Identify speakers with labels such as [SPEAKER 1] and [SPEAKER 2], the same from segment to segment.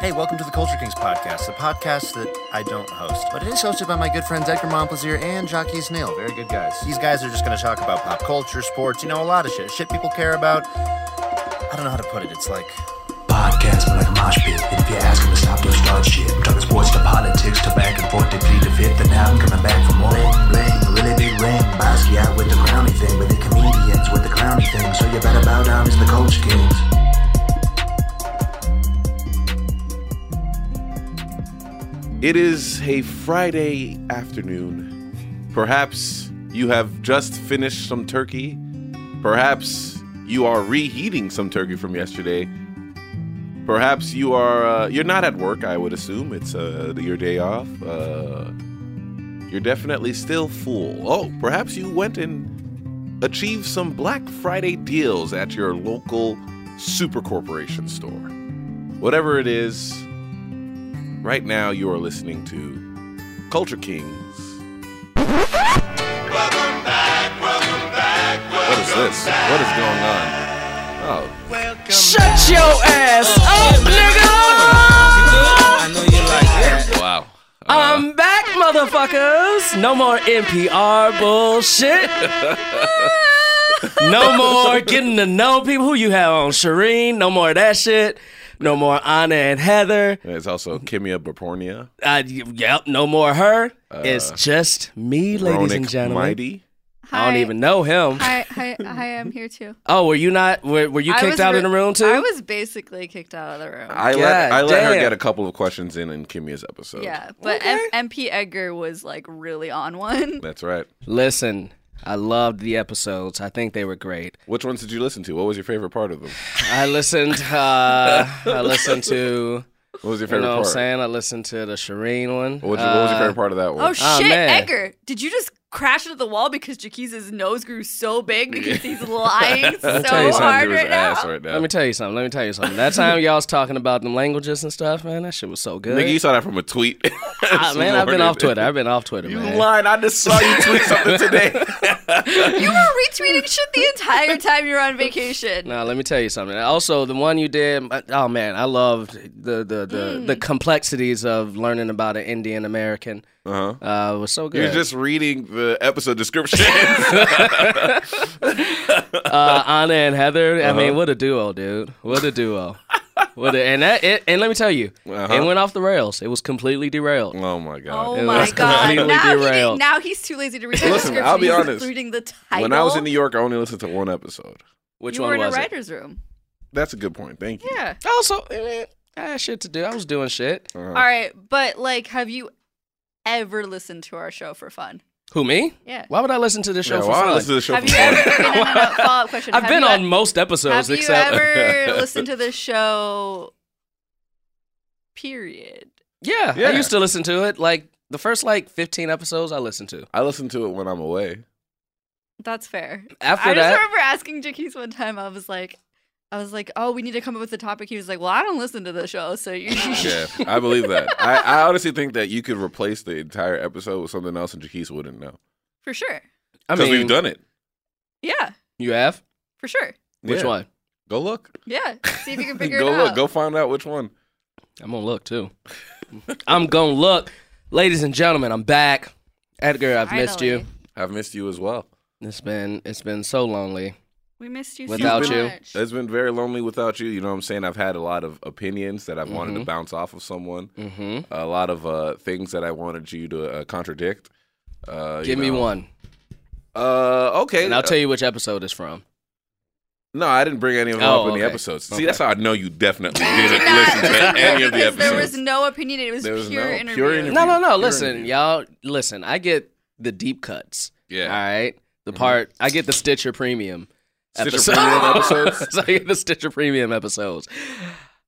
[SPEAKER 1] Hey, welcome to the Culture Kings podcast, the podcast that I don't host, but it is hosted by my good friends Edgar Montplaisir and Jockey Snail. Very good guys. These guys are just going to talk about pop culture, sports, you know, a lot of shit. Shit people care about. I don't know how to put it. It's like
[SPEAKER 2] Podcast but like a mosh pit. And if you ask them to stop, they'll start shit. I'm talking sports to politics to back and forth. They plead the fifth, and now I'm coming back for more. Ring, ring, really big ring. Basquiat with the crowny thing, but the comedians with the clowny thing. So you better bow down as the coach kings.
[SPEAKER 3] It is a Friday afternoon. Perhaps you have just finished some turkey. Perhaps you are reheating some turkey from yesterday. Perhaps you are uh, you're not at work. I would assume it's uh, your day off. Uh, you're definitely still full. Oh, perhaps you went and achieved some Black Friday deals at your local supercorporation store. Whatever it is, Right now, you are listening to Culture Kings. What is this? What is going on? Oh,
[SPEAKER 4] Shut your ass up, nigga!
[SPEAKER 3] wow.
[SPEAKER 4] I'm back, motherfuckers! No more NPR bullshit. No more getting to know people who you have on Shireen. No more of that shit. No more Anna and Heather.
[SPEAKER 3] There's also Kimia Bapornia,
[SPEAKER 4] Uh, y- yep, no more her. it's just me, ladies and
[SPEAKER 3] Uh, Ronick
[SPEAKER 4] gentlemen.
[SPEAKER 3] Mighty.
[SPEAKER 4] I don't even know him.
[SPEAKER 5] Hi, hi, hi, I'm here too.
[SPEAKER 4] Oh, were you not? Were, were you
[SPEAKER 5] I
[SPEAKER 4] kicked
[SPEAKER 5] was
[SPEAKER 4] out
[SPEAKER 5] re-
[SPEAKER 4] in the room too?
[SPEAKER 5] I was basically kicked out of the room.
[SPEAKER 3] I let, I let her
[SPEAKER 4] damn.
[SPEAKER 3] get a couple of questions in in Kimia's episode.
[SPEAKER 5] yeah, but
[SPEAKER 4] Okay.
[SPEAKER 5] M- MP Edgar was like really on one.
[SPEAKER 3] That's right.
[SPEAKER 4] Listen, I loved the episodes. I think they were great.
[SPEAKER 3] Which ones did you listen to? What was your favorite part of them?
[SPEAKER 4] I listened. Uh, I listened to.
[SPEAKER 3] What was your
[SPEAKER 4] You
[SPEAKER 3] favorite
[SPEAKER 4] know what I'm
[SPEAKER 3] part?
[SPEAKER 4] saying? I listened to the Shireen one.
[SPEAKER 3] What, was your, what was your
[SPEAKER 4] Uh,
[SPEAKER 3] favorite part of that one?
[SPEAKER 5] Oh
[SPEAKER 4] Ah,
[SPEAKER 5] shit,
[SPEAKER 4] man.
[SPEAKER 5] Edgar! Did you just crash into the wall because Jaquiza's nose grew so big because he's lying so
[SPEAKER 4] tell you something,
[SPEAKER 5] hard
[SPEAKER 3] to his
[SPEAKER 5] right now?
[SPEAKER 3] ass right now.
[SPEAKER 4] Let me tell you something. Let me tell you something. That time y'all was talking about them languages and stuff, man. That shit was so good.
[SPEAKER 3] Nigga, you saw that from a tweet.
[SPEAKER 4] Ah,
[SPEAKER 3] this
[SPEAKER 4] man, I've been
[SPEAKER 3] morning.
[SPEAKER 4] off Twitter. I've been off Twitter,
[SPEAKER 3] You
[SPEAKER 4] man.
[SPEAKER 3] lied. I just saw you tweet something today.
[SPEAKER 5] You were retweeting shit the entire time you were on vacation.
[SPEAKER 4] Now let me tell you something. Also, the one you did, my- oh man, I loved the the the, the complexities of learning about an Indian American.
[SPEAKER 3] Uh-huh.
[SPEAKER 4] Uh, it was so good.
[SPEAKER 3] You're just reading the episode description. Uh-huh.
[SPEAKER 4] uh, Anna and Heather. I
[SPEAKER 3] Uh-huh.
[SPEAKER 4] mean, what a duo, dude. What a duo. what a, and that it, and let me tell you,
[SPEAKER 3] Uh-huh.
[SPEAKER 4] it went off the rails. It was completely derailed.
[SPEAKER 3] oh my god.
[SPEAKER 5] Oh
[SPEAKER 4] It
[SPEAKER 5] my
[SPEAKER 4] was
[SPEAKER 5] god!
[SPEAKER 4] completely
[SPEAKER 5] Now, he
[SPEAKER 4] derailed.
[SPEAKER 5] didn't- now he's too lazy to read the
[SPEAKER 3] Listen,
[SPEAKER 5] description.
[SPEAKER 3] I'll be
[SPEAKER 5] he's
[SPEAKER 3] honest.
[SPEAKER 5] Reading the title.
[SPEAKER 3] When I was in New York, I only listened to one episode.
[SPEAKER 4] Which
[SPEAKER 5] you
[SPEAKER 4] one
[SPEAKER 5] were in
[SPEAKER 4] was
[SPEAKER 5] a
[SPEAKER 4] it?
[SPEAKER 5] writer's room.
[SPEAKER 3] That's a good point. Thank you.
[SPEAKER 5] Yeah.
[SPEAKER 4] Also, I, mean, I had shit to do. I was doing shit.
[SPEAKER 3] Uh-huh.
[SPEAKER 5] All right, but like, have you ever listened to our show for fun?
[SPEAKER 4] Who me?
[SPEAKER 5] Yeah.
[SPEAKER 4] Why would I listen to this show
[SPEAKER 3] Yeah,
[SPEAKER 4] for
[SPEAKER 3] why don't I
[SPEAKER 4] fun?
[SPEAKER 3] listen to the show
[SPEAKER 5] Have
[SPEAKER 3] for
[SPEAKER 5] you
[SPEAKER 3] fun?
[SPEAKER 5] ever? Okay, no, no, no. Follow up question.
[SPEAKER 4] I've
[SPEAKER 5] Have
[SPEAKER 4] been
[SPEAKER 5] you, e-
[SPEAKER 4] on most episodes
[SPEAKER 5] Have you
[SPEAKER 4] except
[SPEAKER 5] ever listened to this show? Period.
[SPEAKER 4] yeah,
[SPEAKER 3] Yeah.
[SPEAKER 4] I used to listen to it. Like the first like 15 episodes, I listened to.
[SPEAKER 3] I listen to it when I'm away.
[SPEAKER 5] That's fair.
[SPEAKER 4] After
[SPEAKER 5] I
[SPEAKER 4] that,
[SPEAKER 5] just remember asking Jackie's one time. I was like, I was like, oh, we need to come up with a topic. He was like, well, I don't listen to the show, so you.
[SPEAKER 3] Yeah, I believe that. I, I honestly think that you could replace the entire episode with something else, and Jaquise wouldn't know
[SPEAKER 5] for sure.
[SPEAKER 4] I
[SPEAKER 3] because
[SPEAKER 4] mean,
[SPEAKER 3] we've done it.
[SPEAKER 5] Yeah,
[SPEAKER 4] you have
[SPEAKER 5] for sure.
[SPEAKER 4] which
[SPEAKER 3] Yeah.
[SPEAKER 4] one?
[SPEAKER 3] Go look.
[SPEAKER 5] Yeah. See if you can
[SPEAKER 3] Go
[SPEAKER 5] figure it out.
[SPEAKER 3] look. Go find out which one.
[SPEAKER 4] I'm gonna look too. I'm gonna look, ladies and gentlemen. I'm back, Edgar. I've missed you.
[SPEAKER 5] Finally.
[SPEAKER 3] I've missed you as well.
[SPEAKER 4] It's been it's been so lonely.
[SPEAKER 5] We missed you
[SPEAKER 4] Without
[SPEAKER 5] so
[SPEAKER 4] you.
[SPEAKER 5] much.
[SPEAKER 3] It's been very lonely without you. You know what I'm saying? I've had a lot of opinions that I've wanted to bounce off of someone.
[SPEAKER 4] Mm-hmm.
[SPEAKER 3] A lot of uh, things that I wanted you to uh, contradict. Uh, you
[SPEAKER 4] Give me
[SPEAKER 3] know.
[SPEAKER 4] one,
[SPEAKER 3] Uh, okay.
[SPEAKER 4] and I'll tell you which episode it's from.
[SPEAKER 3] No, I didn't bring any of them
[SPEAKER 4] Oh,
[SPEAKER 3] up in the
[SPEAKER 4] okay.
[SPEAKER 3] episodes. See,
[SPEAKER 4] Okay.
[SPEAKER 3] that's how I know you definitely didn't
[SPEAKER 5] did not
[SPEAKER 3] listen to any of the
[SPEAKER 5] because
[SPEAKER 3] episodes.
[SPEAKER 5] There was no opinion. It was,
[SPEAKER 3] There was
[SPEAKER 5] pure,
[SPEAKER 3] no
[SPEAKER 5] interview.
[SPEAKER 3] pure interview.
[SPEAKER 4] No, no, no.
[SPEAKER 3] Pure
[SPEAKER 4] Listen,
[SPEAKER 3] interview.
[SPEAKER 4] y'all. Listen, I get the deep cuts.
[SPEAKER 3] Yeah. Mm-hmm.
[SPEAKER 4] All right. The part I get the Stitcher Premium.
[SPEAKER 3] Stitcher
[SPEAKER 4] episode-
[SPEAKER 3] Premium episodes?
[SPEAKER 4] so I get the Stitcher Premium episodes.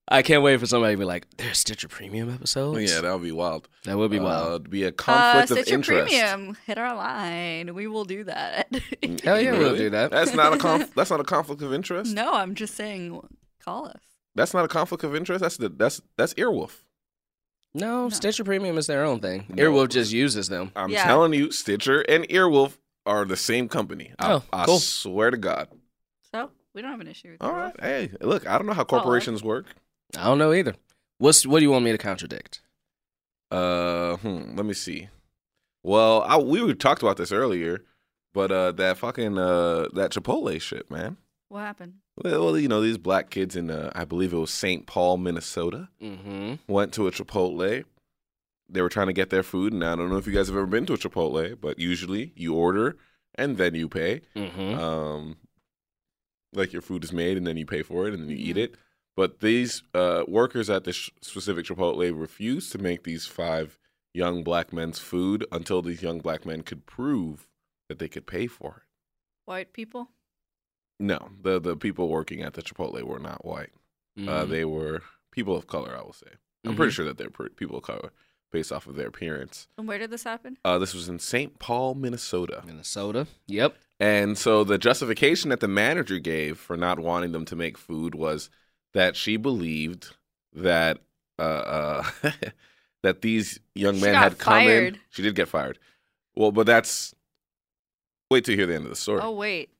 [SPEAKER 4] I can't wait for somebody to be like, "There's Stitcher Premium
[SPEAKER 3] Oh,
[SPEAKER 4] episodes."
[SPEAKER 3] yeah, that would be wild.
[SPEAKER 4] that would be
[SPEAKER 3] Uh,
[SPEAKER 4] wild.
[SPEAKER 3] it'd be a
[SPEAKER 5] Uh,
[SPEAKER 3] conflict of
[SPEAKER 5] Stitcher
[SPEAKER 3] interest.
[SPEAKER 5] Premium, hit our line. We will do that.
[SPEAKER 4] Hell yeah, we'll do that.
[SPEAKER 3] Mm, That's not a conf- that's not a conflict of interest.
[SPEAKER 5] no, I'm just saying, call us.
[SPEAKER 3] That's not a conflict of interest. That's the that's that's Earwolf.
[SPEAKER 4] No, Stitcher Premium is their own thing.
[SPEAKER 3] No.
[SPEAKER 4] Earwolf just uses them.
[SPEAKER 3] I'm
[SPEAKER 5] Yeah.
[SPEAKER 3] telling you, Stitcher and Earwolf are the same company. I,
[SPEAKER 4] Oh,
[SPEAKER 3] I
[SPEAKER 4] cool.
[SPEAKER 3] swear to God.
[SPEAKER 5] So we don't have an issue. With
[SPEAKER 3] All
[SPEAKER 5] you.
[SPEAKER 3] right. Hey, look, I don't know how corporations work.
[SPEAKER 4] I don't know either. What's what do you want me to contradict?
[SPEAKER 3] Uh, hmm, let me see. Well, I, we were- talked about this earlier, but uh, that fucking uh, that Chipotle shit, man.
[SPEAKER 5] What happened?
[SPEAKER 3] Well, you know these black kids in uh, I believe it was St. Paul, Minnesota,
[SPEAKER 4] Mm-hmm.
[SPEAKER 3] went to a Chipotle. They were trying to get their food, and I don't know if you guys have ever been to a Chipotle, but usually you order and then you pay.
[SPEAKER 4] Mm-hmm.
[SPEAKER 3] Um, like your food is made and then you pay for it and then you eat it. But these uh, workers at this sh- specific Chipotle refused to make these five young black men's food until these young black men could prove that they could pay for it.
[SPEAKER 5] White people?
[SPEAKER 3] No, the the people working at the Chipotle were not white. Uh,
[SPEAKER 4] mm-hmm.
[SPEAKER 3] they were people of color. I will say. I'm pretty sure that they're pr- people of color based off of their appearance.
[SPEAKER 5] And where did this happen?
[SPEAKER 3] Uh, this was in St. Paul, Minnesota.
[SPEAKER 4] Minnesota. Yep.
[SPEAKER 3] And so the justification that the manager gave for not wanting them to make food was that she believed that uh, uh, that these young
[SPEAKER 5] She
[SPEAKER 3] men
[SPEAKER 5] got
[SPEAKER 3] had come in.
[SPEAKER 5] fired.
[SPEAKER 3] She did get fired. Well, but that's wait till you hear the end of the story.
[SPEAKER 5] Oh wait.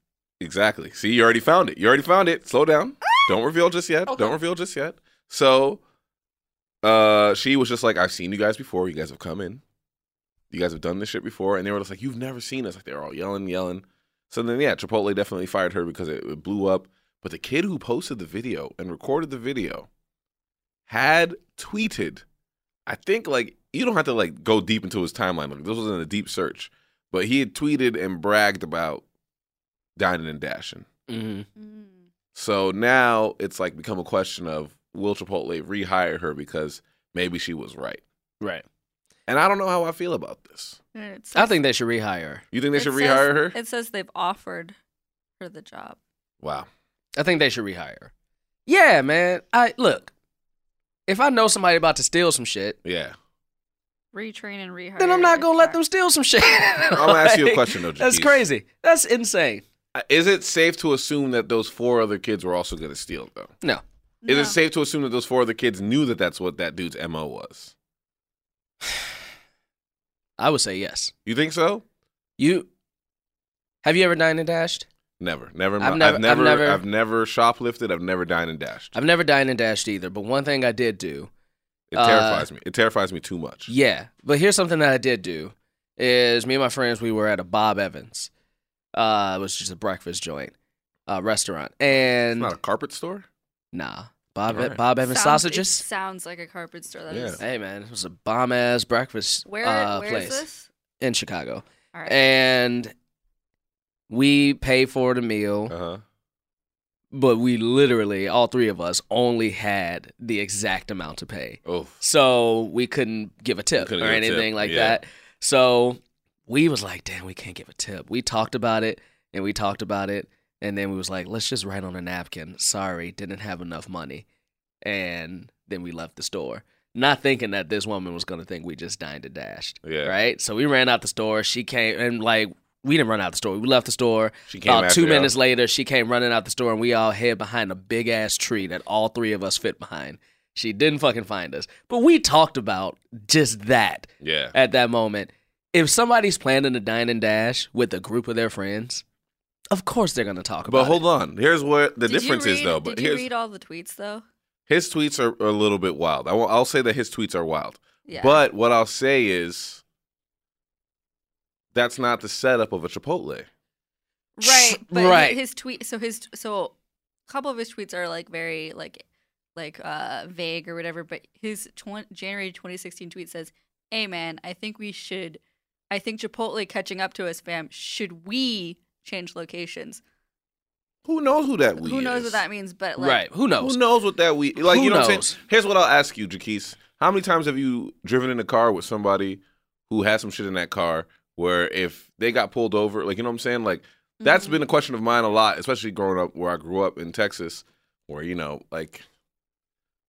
[SPEAKER 3] Exactly. See, you already found it. You already found it. Slow down. Don't reveal just yet. Don't reveal just yet. So uh she was just like, I've seen you guys before. You guys have come in. You guys have done this shit before. And they were just like, You've never seen us. Like they were all yelling, yelling. So then yeah, Chipotle definitely fired her because it, it blew up. But the kid who posted the video and recorded the video had tweeted, I think like you don't have to like go deep into his timeline. Like, this wasn't a deep search. But he had tweeted and bragged about dining and dashing.
[SPEAKER 4] Mm-hmm.
[SPEAKER 5] Mm.
[SPEAKER 3] So now it's like become a question of will Chipotle rehire her because maybe she was right.
[SPEAKER 4] Right.
[SPEAKER 3] And I don't know how I feel about this.
[SPEAKER 5] And it
[SPEAKER 4] I
[SPEAKER 5] says-
[SPEAKER 4] think they should rehire. her.
[SPEAKER 3] You think they
[SPEAKER 5] it
[SPEAKER 3] should
[SPEAKER 5] says-
[SPEAKER 3] rehire her?
[SPEAKER 5] It says they've offered her the job.
[SPEAKER 3] Wow.
[SPEAKER 4] I think they should rehire. her. Yeah, man. I look. If I know somebody about to steal some shit,
[SPEAKER 3] Yeah.
[SPEAKER 5] Retrain and rehire.
[SPEAKER 4] then I'm not
[SPEAKER 5] her.
[SPEAKER 4] gonna let them steal some shit.
[SPEAKER 3] I'll ask you a question, though,
[SPEAKER 4] That's
[SPEAKER 3] Jakees.
[SPEAKER 4] crazy. That's insane.
[SPEAKER 3] Uh, Is it safe to assume that those four other kids were also going to steal though?
[SPEAKER 4] No.
[SPEAKER 3] Is
[SPEAKER 5] No.
[SPEAKER 3] it safe to assume that those four other kids knew that that's what that dude's MO was?
[SPEAKER 4] I would say yes.
[SPEAKER 3] You think so?
[SPEAKER 4] You have you ever dined and dashed?
[SPEAKER 3] Never. Never.
[SPEAKER 4] I've
[SPEAKER 3] mi-
[SPEAKER 4] never-
[SPEAKER 3] I've
[SPEAKER 4] I've
[SPEAKER 3] never,
[SPEAKER 4] never-
[SPEAKER 3] I've never shoplifted. I've never dined and dashed.
[SPEAKER 4] I've never dined and dashed either, but one thing I did do.
[SPEAKER 3] It
[SPEAKER 4] uh,
[SPEAKER 3] terrifies me. It terrifies me too much.
[SPEAKER 4] Yeah, but here's something that I did do: is me and my friends we were at a Bob Evans, uh, it was just a breakfast joint, uh, restaurant,
[SPEAKER 3] It's
[SPEAKER 4] and
[SPEAKER 3] not a carpet store.
[SPEAKER 4] nah, Bob E,
[SPEAKER 3] All right.
[SPEAKER 4] Bob Evans
[SPEAKER 5] Sounds- it
[SPEAKER 4] sausages.
[SPEAKER 5] sounds like a carpet store. That
[SPEAKER 3] Yeah.
[SPEAKER 5] is.
[SPEAKER 4] Hey man, it was a bomb ass breakfast
[SPEAKER 5] Where,
[SPEAKER 4] uh,
[SPEAKER 5] where
[SPEAKER 4] place
[SPEAKER 5] is this?
[SPEAKER 4] in Chicago,
[SPEAKER 5] All right.
[SPEAKER 4] and we paid for the meal.
[SPEAKER 3] Uh huh.
[SPEAKER 4] but we literally all three of us only had the exact amount to pay
[SPEAKER 3] Oh.
[SPEAKER 4] so we couldn't give a tip
[SPEAKER 3] Couldn't
[SPEAKER 4] or
[SPEAKER 3] give a tip,
[SPEAKER 4] anything like
[SPEAKER 3] yeah.
[SPEAKER 4] that so we was like damn we can't give a tip we talked about it and we talked about it and then we was like let's just write on a napkin sorry didn't have enough money and then we left the store not thinking that this woman was going to think we just dined and dashed
[SPEAKER 3] Yeah.
[SPEAKER 4] right so we ran out the store she came and like we didn't run out the store we left the store
[SPEAKER 3] She came
[SPEAKER 4] uh,
[SPEAKER 3] after
[SPEAKER 4] two
[SPEAKER 3] y'all.
[SPEAKER 4] minutes later, she came running out the store, and we all hid behind a big ass tree that all three of us fit behind. She didn't fucking find us, but we talked about just that
[SPEAKER 3] Yeah.
[SPEAKER 4] at that moment. If somebody's planning a dine and dash with a group of their friends, of course they're gonna talk about.
[SPEAKER 3] But hold
[SPEAKER 4] it.
[SPEAKER 3] on. Here's what the
[SPEAKER 5] Did you
[SPEAKER 3] difference is,
[SPEAKER 5] read-
[SPEAKER 3] though. But
[SPEAKER 5] did you
[SPEAKER 3] here's,
[SPEAKER 5] read all the tweets though?
[SPEAKER 3] his tweets are, are a little bit wild. I will, I'll say that his tweets are wild.
[SPEAKER 5] Yeah.
[SPEAKER 3] But what I'll say is that's not the setup of a Chipotle.
[SPEAKER 5] right, but hi-
[SPEAKER 4] Right.
[SPEAKER 5] His tweet. So his so a couple of his tweets are like very like like uh vague or whatever. But his tw- January 2016 tweet says, "Hey man, I think we should. I think Chipotle catching up to us, fam. Should we change locations?
[SPEAKER 3] Who knows who that we
[SPEAKER 5] Who knows
[SPEAKER 3] is?
[SPEAKER 5] what that means? But like,
[SPEAKER 4] right? Who knows?
[SPEAKER 3] Who knows what that we like?
[SPEAKER 4] Who
[SPEAKER 3] you know what I'm
[SPEAKER 4] knows?
[SPEAKER 3] saying? Here's what I'll ask you, Jaquise. How many times have you driven in a car with somebody who had some shit in that car where if they got pulled over, like you know what I'm saying? Like that's
[SPEAKER 5] mm-hmm.
[SPEAKER 3] been a question of mine a lot, especially growing up where I grew up in Texas, where you know, like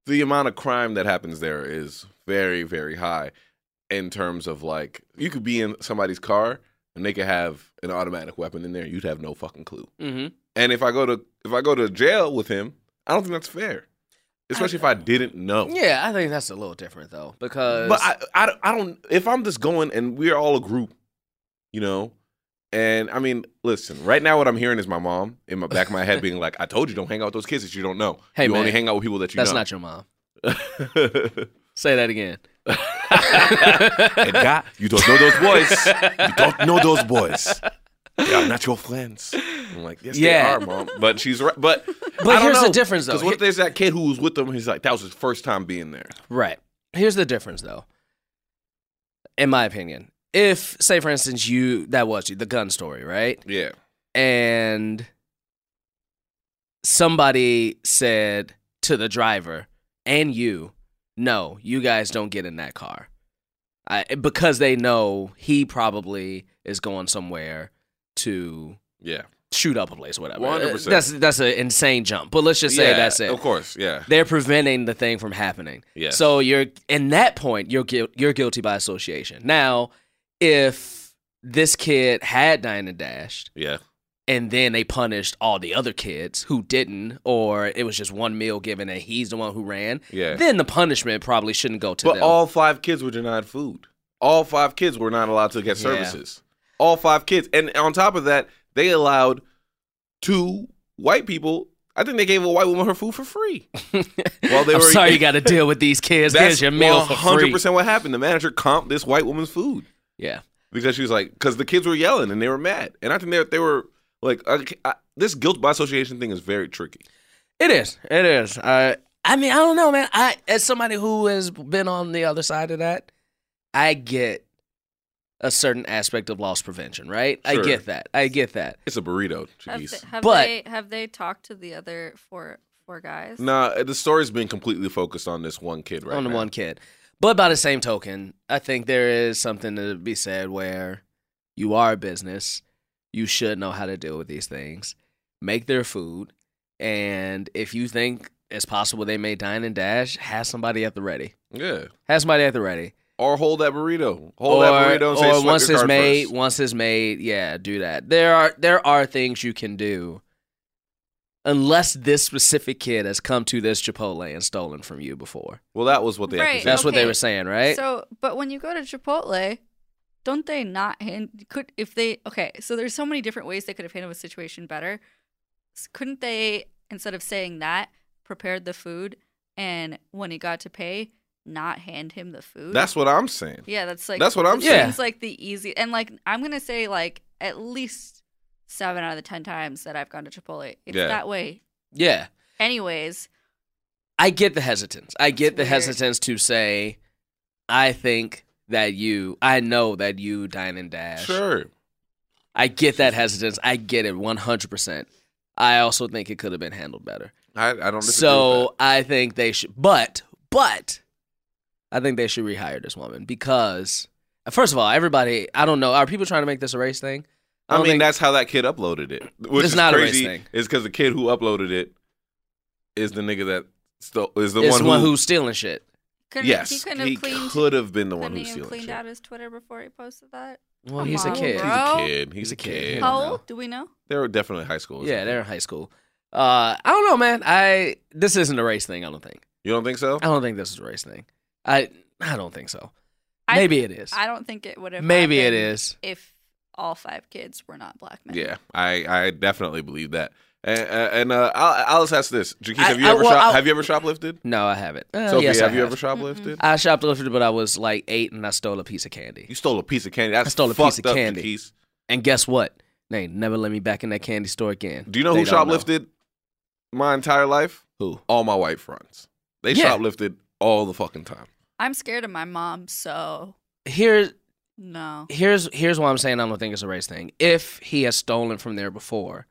[SPEAKER 3] the amount of crime that happens there is very, very high in terms of like you could be in somebody's car and they could have an automatic weapon in there, you'd have no fucking clue.
[SPEAKER 4] Mm-hmm.
[SPEAKER 3] And if I go to if I go to jail with him, I don't think that's fair. Especially if I didn't know.
[SPEAKER 4] Yeah, I think that's a little different though because.
[SPEAKER 3] But I, I don't- I don't if I'm just going and we're all a group, you know. And I mean, listen, right now what I'm hearing is my mom in my back of my head being like, I told you don't hang out with those kids that you don't know.
[SPEAKER 4] Hey,
[SPEAKER 3] you
[SPEAKER 4] man.
[SPEAKER 3] only hang out with people that you
[SPEAKER 4] that's
[SPEAKER 3] know.
[SPEAKER 4] not your mom. Say that again.
[SPEAKER 3] Edgar, you don't know those boys. You don't know those boys. They are not your friends. I'm like, yes,
[SPEAKER 4] Yeah.
[SPEAKER 3] they are, mom. But she's right. But
[SPEAKER 4] But here's the difference, though.
[SPEAKER 3] Because what if there's that kid who was with them? He's like, that was his first time being there.
[SPEAKER 4] Right. Here's the difference, though. In my opinion, if say for instance you that was you the gun story, right?
[SPEAKER 3] Yeah.
[SPEAKER 4] And somebody said to the driver and you, "No, you guys don't get in that car," I, because they know he probably is going somewhere to
[SPEAKER 3] Yeah.
[SPEAKER 4] shoot up a place, whatever.
[SPEAKER 3] 100%.
[SPEAKER 4] That's that's an insane jump, but let's just say
[SPEAKER 3] yeah,
[SPEAKER 4] that's it.
[SPEAKER 3] Of course. Yeah.
[SPEAKER 4] They're preventing the thing from happening.
[SPEAKER 3] Yes.
[SPEAKER 4] So you're in that point you're guil- you're guilty by association. Now, if this kid had dined and dashed,
[SPEAKER 3] Yeah.
[SPEAKER 4] and then they punished all the other kids who didn't, or it was just one meal given and he's the one who ran,
[SPEAKER 3] Yeah.
[SPEAKER 4] then the punishment probably shouldn't go to
[SPEAKER 3] But
[SPEAKER 4] them.
[SPEAKER 3] all five kids were denied food. All five kids were not allowed to get
[SPEAKER 4] Yeah.
[SPEAKER 3] services. All five kids. And on top of that, they allowed two white people. I think they gave a white woman her food for free. While they
[SPEAKER 4] I'm
[SPEAKER 3] were e
[SPEAKER 4] sorry you got to deal with these kids. Here's
[SPEAKER 3] That's
[SPEAKER 4] your meal for free.
[SPEAKER 3] 100% what happened. The manager comped this white woman's food
[SPEAKER 4] Yeah,
[SPEAKER 3] because she was like, because the kids were yelling and they were mad. And I think they, they were like, I, I, this guilt by association thing is very tricky.
[SPEAKER 4] it is. It is. Uh, I mean, I don't know, man. I as somebody who has been on the other side of that, I get a certain aspect of loss prevention, right? I
[SPEAKER 3] Sure.
[SPEAKER 4] get that. I get that.
[SPEAKER 3] It's a burrito,
[SPEAKER 5] Have,
[SPEAKER 3] Chiquis.
[SPEAKER 5] they, have
[SPEAKER 4] But-
[SPEAKER 5] they have they talked to the other four four guys?
[SPEAKER 3] Nah, the story's been completely focused on this one kid right
[SPEAKER 4] on the
[SPEAKER 3] now.
[SPEAKER 4] one kid. But by the same token, I think there is something to be said where you are a business, you should know how to deal with these things, make their food, and if you think it's possible they may dine and dash, have somebody at the ready.
[SPEAKER 3] Yeah.
[SPEAKER 4] Have somebody at the ready.
[SPEAKER 3] Or hold that burrito. Hold that burrito and say,
[SPEAKER 4] or
[SPEAKER 3] "Swipe
[SPEAKER 4] once
[SPEAKER 3] your
[SPEAKER 4] it's
[SPEAKER 3] card
[SPEAKER 4] made,
[SPEAKER 3] first."
[SPEAKER 4] once it's made, yeah, do that. There are there are things you can do. Unless this specific kid has come to this Chipotle and stolen from you before.
[SPEAKER 3] Well, that was what they
[SPEAKER 5] Right.
[SPEAKER 3] accusations
[SPEAKER 4] That's what they
[SPEAKER 5] Okay.
[SPEAKER 4] were saying, right?
[SPEAKER 5] So, but when you go to Chipotle, don't they not hand could if they okay? So there's so many different ways they could have handled a situation better. S- Couldn't they instead of saying that prepared the food and when he got to pay, not hand him the food?
[SPEAKER 3] That's what I'm saying.
[SPEAKER 5] yeah, that's like
[SPEAKER 3] that's what I'm
[SPEAKER 5] it
[SPEAKER 4] saying.
[SPEAKER 5] Seems like the easy and like I'm gonna say like at least seven out of the ten times that I've gone to Chipotle, it's
[SPEAKER 3] Yeah.
[SPEAKER 5] that way.
[SPEAKER 4] yeah.
[SPEAKER 5] Anyways,
[SPEAKER 4] I get the hesitance. I get the
[SPEAKER 5] weird.
[SPEAKER 4] hesitance to say, I think that you, I know that you dine and dash.
[SPEAKER 3] Sure.
[SPEAKER 4] I get that hesitance. I get it 100%. I also think it could have been handled better.
[SPEAKER 3] I, I don't disagree with
[SPEAKER 4] So I think they should, but, but I think they should rehire this woman because, first of all, everybody, I don't know, are people trying to make this a race thing?
[SPEAKER 3] that. I,
[SPEAKER 4] don't
[SPEAKER 3] mean,
[SPEAKER 4] think-
[SPEAKER 3] that's how that kid uploaded it. Which
[SPEAKER 4] It's
[SPEAKER 3] is
[SPEAKER 4] not a race
[SPEAKER 3] crazy
[SPEAKER 4] thing.
[SPEAKER 3] Is because the kid who uploaded it is the nigga that stole, is the
[SPEAKER 4] it's
[SPEAKER 3] one, who,
[SPEAKER 4] who's stealing shit.
[SPEAKER 5] couldn't,
[SPEAKER 3] yes,
[SPEAKER 5] he couldn't
[SPEAKER 3] he
[SPEAKER 5] have cleaned.
[SPEAKER 3] could have been the one
[SPEAKER 5] couldn't
[SPEAKER 3] who's
[SPEAKER 5] he have
[SPEAKER 3] stealing
[SPEAKER 5] cleaned
[SPEAKER 3] shit.
[SPEAKER 5] out his Twitter before he posted that?
[SPEAKER 4] Well,
[SPEAKER 5] Come
[SPEAKER 4] he's a
[SPEAKER 5] on,
[SPEAKER 4] kid.
[SPEAKER 5] bro.
[SPEAKER 3] He's
[SPEAKER 5] Bro.
[SPEAKER 3] a kid. He's a kid.
[SPEAKER 4] don't
[SPEAKER 5] How
[SPEAKER 4] know.
[SPEAKER 5] old do we know?
[SPEAKER 3] They were definitely high school.
[SPEAKER 4] Yeah, they're in high school. Uh, I don't know, man. I this isn't a race thing. I don't think.
[SPEAKER 3] You don't think so?
[SPEAKER 4] I don't think this is a race thing. I I don't think so.
[SPEAKER 5] I-
[SPEAKER 4] Maybe it is.
[SPEAKER 5] I don't think it would have.
[SPEAKER 4] Maybe it
[SPEAKER 5] happened
[SPEAKER 4] is.
[SPEAKER 5] If all five kids were not black men.
[SPEAKER 3] Yeah, I, I definitely believe that. And, and uh, I'll, I'll just ask this: Jakees,
[SPEAKER 4] I-
[SPEAKER 3] have you
[SPEAKER 4] I-
[SPEAKER 3] ever
[SPEAKER 4] well,
[SPEAKER 3] shop-
[SPEAKER 4] I'll-
[SPEAKER 3] have you ever shoplifted?
[SPEAKER 4] No, I haven't. Uh,
[SPEAKER 3] Sophie,
[SPEAKER 4] yes,
[SPEAKER 3] have
[SPEAKER 4] I
[SPEAKER 3] you ever shoplifted?
[SPEAKER 4] I shoplifted, but I was like eight, and I stole a piece of candy.
[SPEAKER 3] You stole a piece of candy. That's
[SPEAKER 4] I stole a
[SPEAKER 3] fucked
[SPEAKER 4] piece of
[SPEAKER 3] up,
[SPEAKER 4] candy.
[SPEAKER 3] Jakees.
[SPEAKER 4] And guess what? They never let me back in that candy store again.
[SPEAKER 3] Do you know
[SPEAKER 4] They
[SPEAKER 3] who
[SPEAKER 4] don't know.
[SPEAKER 3] shoplifted my entire life?
[SPEAKER 4] Who?
[SPEAKER 3] All my white friends. They
[SPEAKER 4] Yeah.
[SPEAKER 3] shoplifted all the fucking time.
[SPEAKER 5] I'm scared of my mom, so
[SPEAKER 4] Here,
[SPEAKER 5] no.
[SPEAKER 4] here's here's why I'm saying I don't think it's a race thing. If he has stolen from there before,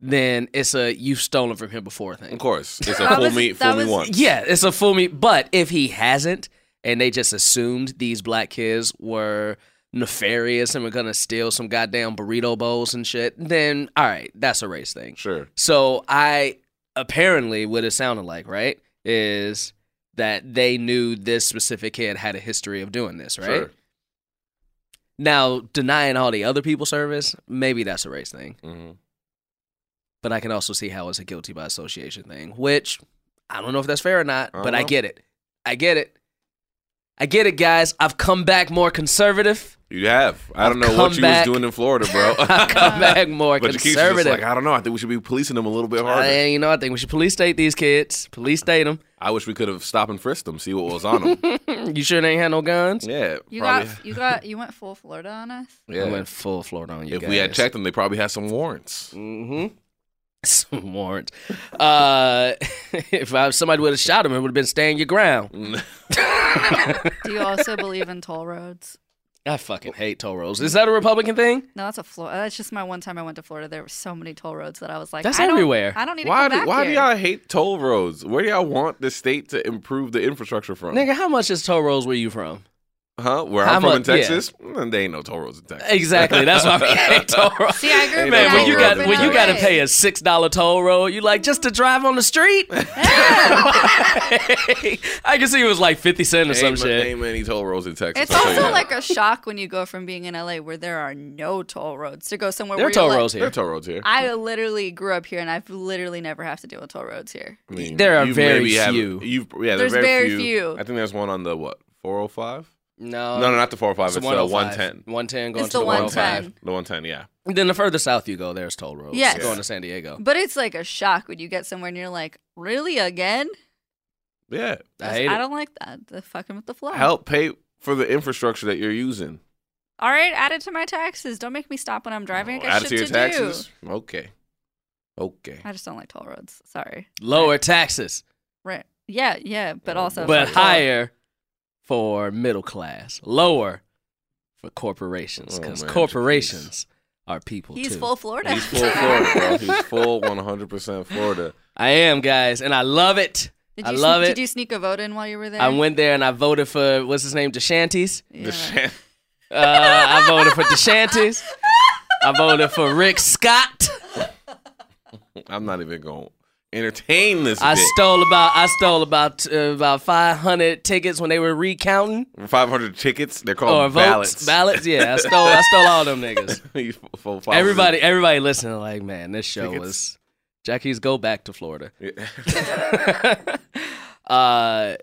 [SPEAKER 4] then it's a you've stolen from him before thing.
[SPEAKER 3] Of course, it's a
[SPEAKER 5] That
[SPEAKER 3] full
[SPEAKER 5] was-
[SPEAKER 3] me,
[SPEAKER 5] that
[SPEAKER 3] full me
[SPEAKER 5] was-
[SPEAKER 3] once.
[SPEAKER 4] Yeah, it's a fool me. But if he hasn't, and they just assumed these black kids were nefarious and were gonna steal some goddamn burrito bowls and shit, then all right, that's a race thing.
[SPEAKER 3] sure.
[SPEAKER 4] So I apparently what it sounded like, right, is that they knew this specific kid had a history of doing this, right?
[SPEAKER 3] Sure.
[SPEAKER 4] Now denying all the other people service, maybe that's a race thing.
[SPEAKER 3] hmm
[SPEAKER 4] But I can also see how it's a guilty by association thing, which I don't know if that's fair or not,
[SPEAKER 3] I
[SPEAKER 4] but
[SPEAKER 3] don't
[SPEAKER 4] I
[SPEAKER 3] know.
[SPEAKER 4] get it. I get it. I get it, guys. I've come back more conservative.
[SPEAKER 3] You have. I don't know
[SPEAKER 4] come
[SPEAKER 3] what you
[SPEAKER 4] back.
[SPEAKER 3] was doing in Florida, bro.
[SPEAKER 4] I've come back more
[SPEAKER 3] but you keep just
[SPEAKER 4] conservative.
[SPEAKER 3] like, I don't know. I think we should be policing them a little bit harder.
[SPEAKER 4] I, you know, I think we should police state these kids. Police state them.
[SPEAKER 3] I wish we could have stopped and frisked them, see what was on them.
[SPEAKER 4] You sure they ain't had no guns?
[SPEAKER 3] yeah,
[SPEAKER 5] You
[SPEAKER 3] probably.
[SPEAKER 5] got you got you went full Florida on us.
[SPEAKER 3] yeah.
[SPEAKER 4] I went full Florida on you
[SPEAKER 3] if
[SPEAKER 4] guys.
[SPEAKER 3] we had checked them, they probably had some warrants.
[SPEAKER 4] Mm-hmm. Some warrants. Uh, if I, somebody would have shot him, it would have been stand your ground.
[SPEAKER 5] Do you also believe in toll roads?
[SPEAKER 4] I fucking hate toll roads. Is that a Republican thing?
[SPEAKER 5] No, that's a Florida. That's just my one time I went to Florida. There were so many toll roads that I was like,
[SPEAKER 4] That's
[SPEAKER 5] I don't,
[SPEAKER 4] everywhere.
[SPEAKER 5] I don't need to
[SPEAKER 3] Why?
[SPEAKER 5] come
[SPEAKER 3] Do,
[SPEAKER 5] back
[SPEAKER 3] why do
[SPEAKER 5] here.
[SPEAKER 3] y'all hate toll roads? Where do y'all want the state to improve the infrastructure from?
[SPEAKER 4] Nigga, how much is toll roads where you from?
[SPEAKER 3] Huh? Where
[SPEAKER 4] How
[SPEAKER 3] I'm from in
[SPEAKER 4] much- yeah.
[SPEAKER 3] Texas, mm, there ain't no toll roads in Texas.
[SPEAKER 4] Exactly. That's why we hate toll roads.
[SPEAKER 5] See, I grew up.
[SPEAKER 3] Hey,
[SPEAKER 5] in-
[SPEAKER 3] man,
[SPEAKER 5] I
[SPEAKER 4] When you
[SPEAKER 5] grew
[SPEAKER 4] got
[SPEAKER 5] up in
[SPEAKER 4] when you got to
[SPEAKER 5] LA.
[SPEAKER 4] pay a six dollar toll road, you like just to drive on the street. I can see it was like fifty cent or
[SPEAKER 3] Ain't
[SPEAKER 4] some
[SPEAKER 3] ma-
[SPEAKER 4] shit.
[SPEAKER 3] Ain't many toll roads in Texas.
[SPEAKER 5] It's
[SPEAKER 3] I'll tell you
[SPEAKER 5] also
[SPEAKER 3] that.
[SPEAKER 5] like a shock when you go from being in LA where there are no toll roads to go somewhere.
[SPEAKER 4] There are
[SPEAKER 5] where you're
[SPEAKER 4] toll
[SPEAKER 5] like-
[SPEAKER 4] roads
[SPEAKER 3] there are
[SPEAKER 4] here.
[SPEAKER 3] toll roads here.
[SPEAKER 5] I literally grew up here, and I've literally never have to deal with toll roads here.
[SPEAKER 3] I mean,
[SPEAKER 4] There are
[SPEAKER 3] you
[SPEAKER 4] very
[SPEAKER 3] maybe have-
[SPEAKER 4] few.
[SPEAKER 3] You've, yeah, there are
[SPEAKER 5] There's very few.
[SPEAKER 3] I think there's one on the what 405.
[SPEAKER 4] No,
[SPEAKER 3] no, no, not the 405. It's
[SPEAKER 4] oh
[SPEAKER 3] the 110.
[SPEAKER 4] One ten going
[SPEAKER 5] It's
[SPEAKER 4] to
[SPEAKER 5] the
[SPEAKER 4] the one
[SPEAKER 5] 110.
[SPEAKER 4] five.
[SPEAKER 3] The 110, yeah.
[SPEAKER 4] Then the further south you go, there's toll roads.
[SPEAKER 5] Yes.
[SPEAKER 4] going to San Diego.
[SPEAKER 5] But it's like a shock when you get somewhere and you're like, really again?
[SPEAKER 3] Yeah.
[SPEAKER 4] I hate it.
[SPEAKER 5] don't like that. The fucking with the flow.
[SPEAKER 3] Help pay for the infrastructure that you're using.
[SPEAKER 5] All right, add it to my taxes. Don't make me stop when I'm driving.
[SPEAKER 4] Oh,
[SPEAKER 5] I got
[SPEAKER 3] Add it
[SPEAKER 5] shit
[SPEAKER 3] to your
[SPEAKER 5] to
[SPEAKER 3] taxes. Okay. Okay.
[SPEAKER 5] do. I just don't like toll roads. Sorry.
[SPEAKER 4] Lower taxes,
[SPEAKER 5] Right. Yeah, yeah, but
[SPEAKER 3] Oh,
[SPEAKER 5] also
[SPEAKER 4] but
[SPEAKER 5] fuck toll-
[SPEAKER 4] higher for middle class. Lower for corporations,
[SPEAKER 3] Oh,
[SPEAKER 4] because
[SPEAKER 3] man,
[SPEAKER 4] corporations are people
[SPEAKER 5] He's
[SPEAKER 4] too.
[SPEAKER 5] full Florida.
[SPEAKER 3] He's full Florida, bro. He's full 100% Florida.
[SPEAKER 4] I am guys, and I love it.
[SPEAKER 5] Did
[SPEAKER 4] I
[SPEAKER 5] you
[SPEAKER 4] love
[SPEAKER 5] sne-
[SPEAKER 4] it.
[SPEAKER 5] Did you sneak a vote in while you were there?
[SPEAKER 4] I went there and I voted for what's his name, Deshantis.
[SPEAKER 5] Yeah,
[SPEAKER 3] The
[SPEAKER 5] right.
[SPEAKER 3] shit.
[SPEAKER 4] Uh, I voted for Deshantis. I voted for Rick Scott.
[SPEAKER 3] I'm not even going to entertain this.
[SPEAKER 4] I
[SPEAKER 3] bit.
[SPEAKER 4] stole about I stole about uh, about five hundred tickets when they were recounting
[SPEAKER 3] 500 tickets. They're called
[SPEAKER 4] or
[SPEAKER 3] Oh, ballots.
[SPEAKER 4] Oh, votes ballots. Yeah, I stole I stole all them niggas.
[SPEAKER 3] You full- full 500.
[SPEAKER 4] Everybody everybody listening like man, this show
[SPEAKER 3] Tickets.
[SPEAKER 4] was Jackie's go back to Florida.
[SPEAKER 3] Yeah.
[SPEAKER 4] uh,